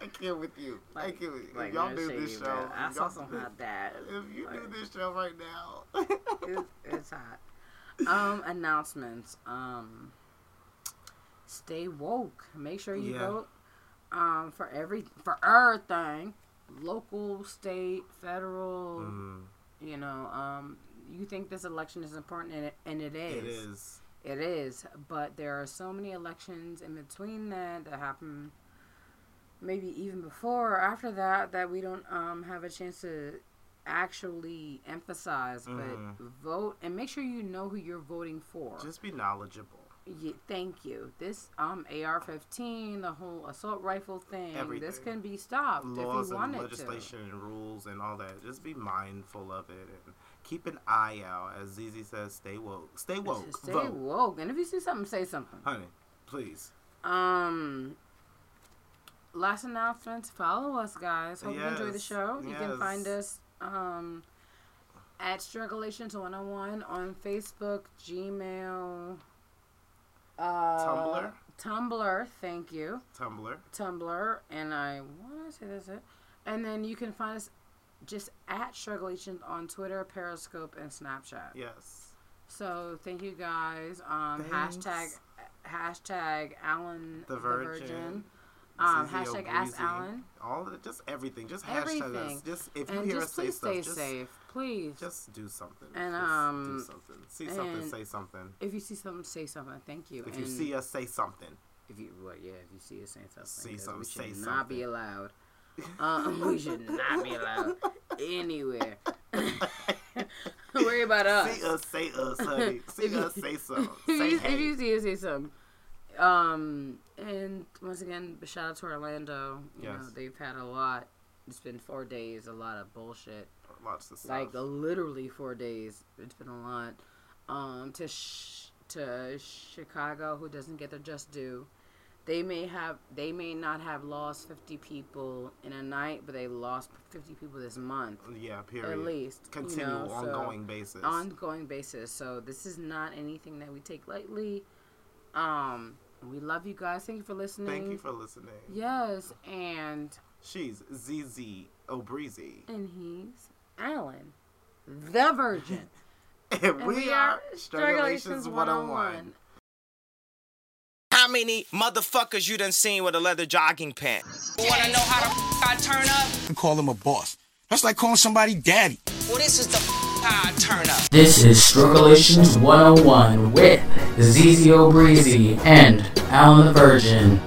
Speaker 9: I can't with you. I
Speaker 2: Like-
Speaker 9: can't with you.
Speaker 2: like,
Speaker 9: y'all
Speaker 2: no
Speaker 9: do this
Speaker 2: shade,
Speaker 9: show.
Speaker 2: man. I saw
Speaker 9: y'all-
Speaker 2: some hot dads.
Speaker 9: If you do
Speaker 2: Like-
Speaker 9: this show right now,
Speaker 2: It's, it's hot. Um, announcements. Um, stay woke. Make sure you
Speaker 9: Yeah.
Speaker 2: vote. Um, for every for everything, local, state, federal.
Speaker 9: Mm-hmm.
Speaker 2: You know, um, you think this election is important, and it, and it is.
Speaker 9: it is.
Speaker 2: It is, but there are so many elections in between that that happen maybe even before or after that that we don't um, have a chance to actually emphasize. But vote and make sure you know who you're voting for.
Speaker 9: Mm-hmm. Just be knowledgeable.
Speaker 2: Ye- thank you. This um AR-15, the whole assault rifle thing, this
Speaker 9: Everything.
Speaker 2: can be stopped if
Speaker 9: Laws
Speaker 2: you
Speaker 9: and
Speaker 2: wanted
Speaker 9: legislation and rules and all that. Just be mindful of it and keep an eye out. As Zizi says, stay woke. Stay
Speaker 2: to.
Speaker 9: woke.
Speaker 2: Just Stay
Speaker 9: Vote.
Speaker 2: woke, and if you see something, say something.
Speaker 9: Honey, please.
Speaker 2: Um, last announcements. Follow us, guys. Hope you enjoy the
Speaker 9: Yes,
Speaker 2: show. You can find us
Speaker 9: yes.
Speaker 2: um, at Struggleations 101 on Facebook, Gmail, uh,
Speaker 9: Tumblr.
Speaker 2: Tumblr. Thank you,
Speaker 9: Tumblr.
Speaker 2: Tumblr. And I want to say that's it. And then you can find us just at Struggleations on Twitter, Periscope, and Snapchat.
Speaker 9: Yes.
Speaker 2: So thank you guys. Um, hashtag
Speaker 9: Thanks.
Speaker 2: hashtag Alan
Speaker 9: The Virgin.
Speaker 2: Um,
Speaker 9: Zizi
Speaker 2: hashtag Ask
Speaker 9: O'Greasy.
Speaker 2: Alan.
Speaker 9: All of it, just everything. Just hashtag
Speaker 2: Everything.
Speaker 9: us. Just if you
Speaker 2: And
Speaker 9: hear
Speaker 2: just
Speaker 9: us say
Speaker 2: please
Speaker 9: stuff,
Speaker 2: stay
Speaker 9: just
Speaker 2: safe, please.
Speaker 9: just do something.
Speaker 2: And,
Speaker 9: Just
Speaker 2: um,
Speaker 9: do something. See something.
Speaker 2: and
Speaker 9: say something.
Speaker 2: if you see something, say something. Thank you.
Speaker 9: If you see us, say something.
Speaker 2: if you well, yeah, if you see us saying something,
Speaker 9: Say
Speaker 2: 'cause
Speaker 9: something,
Speaker 2: we
Speaker 9: say
Speaker 2: should not be
Speaker 9: something.
Speaker 2: allowed. Um, we should not be allowed anywhere. Worry about us.
Speaker 9: See us, say us, honey.
Speaker 2: If
Speaker 9: See
Speaker 2: you-
Speaker 9: us, say something.
Speaker 2: if,
Speaker 9: Say
Speaker 2: you,
Speaker 9: hey.
Speaker 2: if you see us, say something. Um, and once again, shout out to Orlando. You know,
Speaker 9: Yes.
Speaker 2: they've had a lot. It's been four days, a lot of bullshit.
Speaker 9: Lots of stuff.
Speaker 2: Like literally four days. It's been a lot. Um, to sh- to Chicago, who doesn't get their just due. They may have, they may not have lost fifty people in a night, but they lost fifty people this month
Speaker 9: yeah, period.
Speaker 2: at least you
Speaker 9: Continual,
Speaker 2: know, so-
Speaker 9: ongoing basis.
Speaker 2: ongoing basis. So this is not anything that we take lightly. Um, we love you guys. Thank you for listening.
Speaker 9: Thank you for listening.
Speaker 2: Yes, and
Speaker 9: She's ZZ O'Breezy.
Speaker 2: and he's Alan, the Virgin.
Speaker 9: And we, are oh
Speaker 2: Strangulations
Speaker 9: Strangulations 101.
Speaker 3: How many motherfuckers you done seen with a leather jogging pant?
Speaker 4: You wanna know how the f- I turn up?
Speaker 5: and call him a boss. That's like calling somebody daddy.
Speaker 4: Well, this is the f- how I turn up.
Speaker 6: This is oh Strugglelations 101 with Zizio Breezy and Alan the Virgin.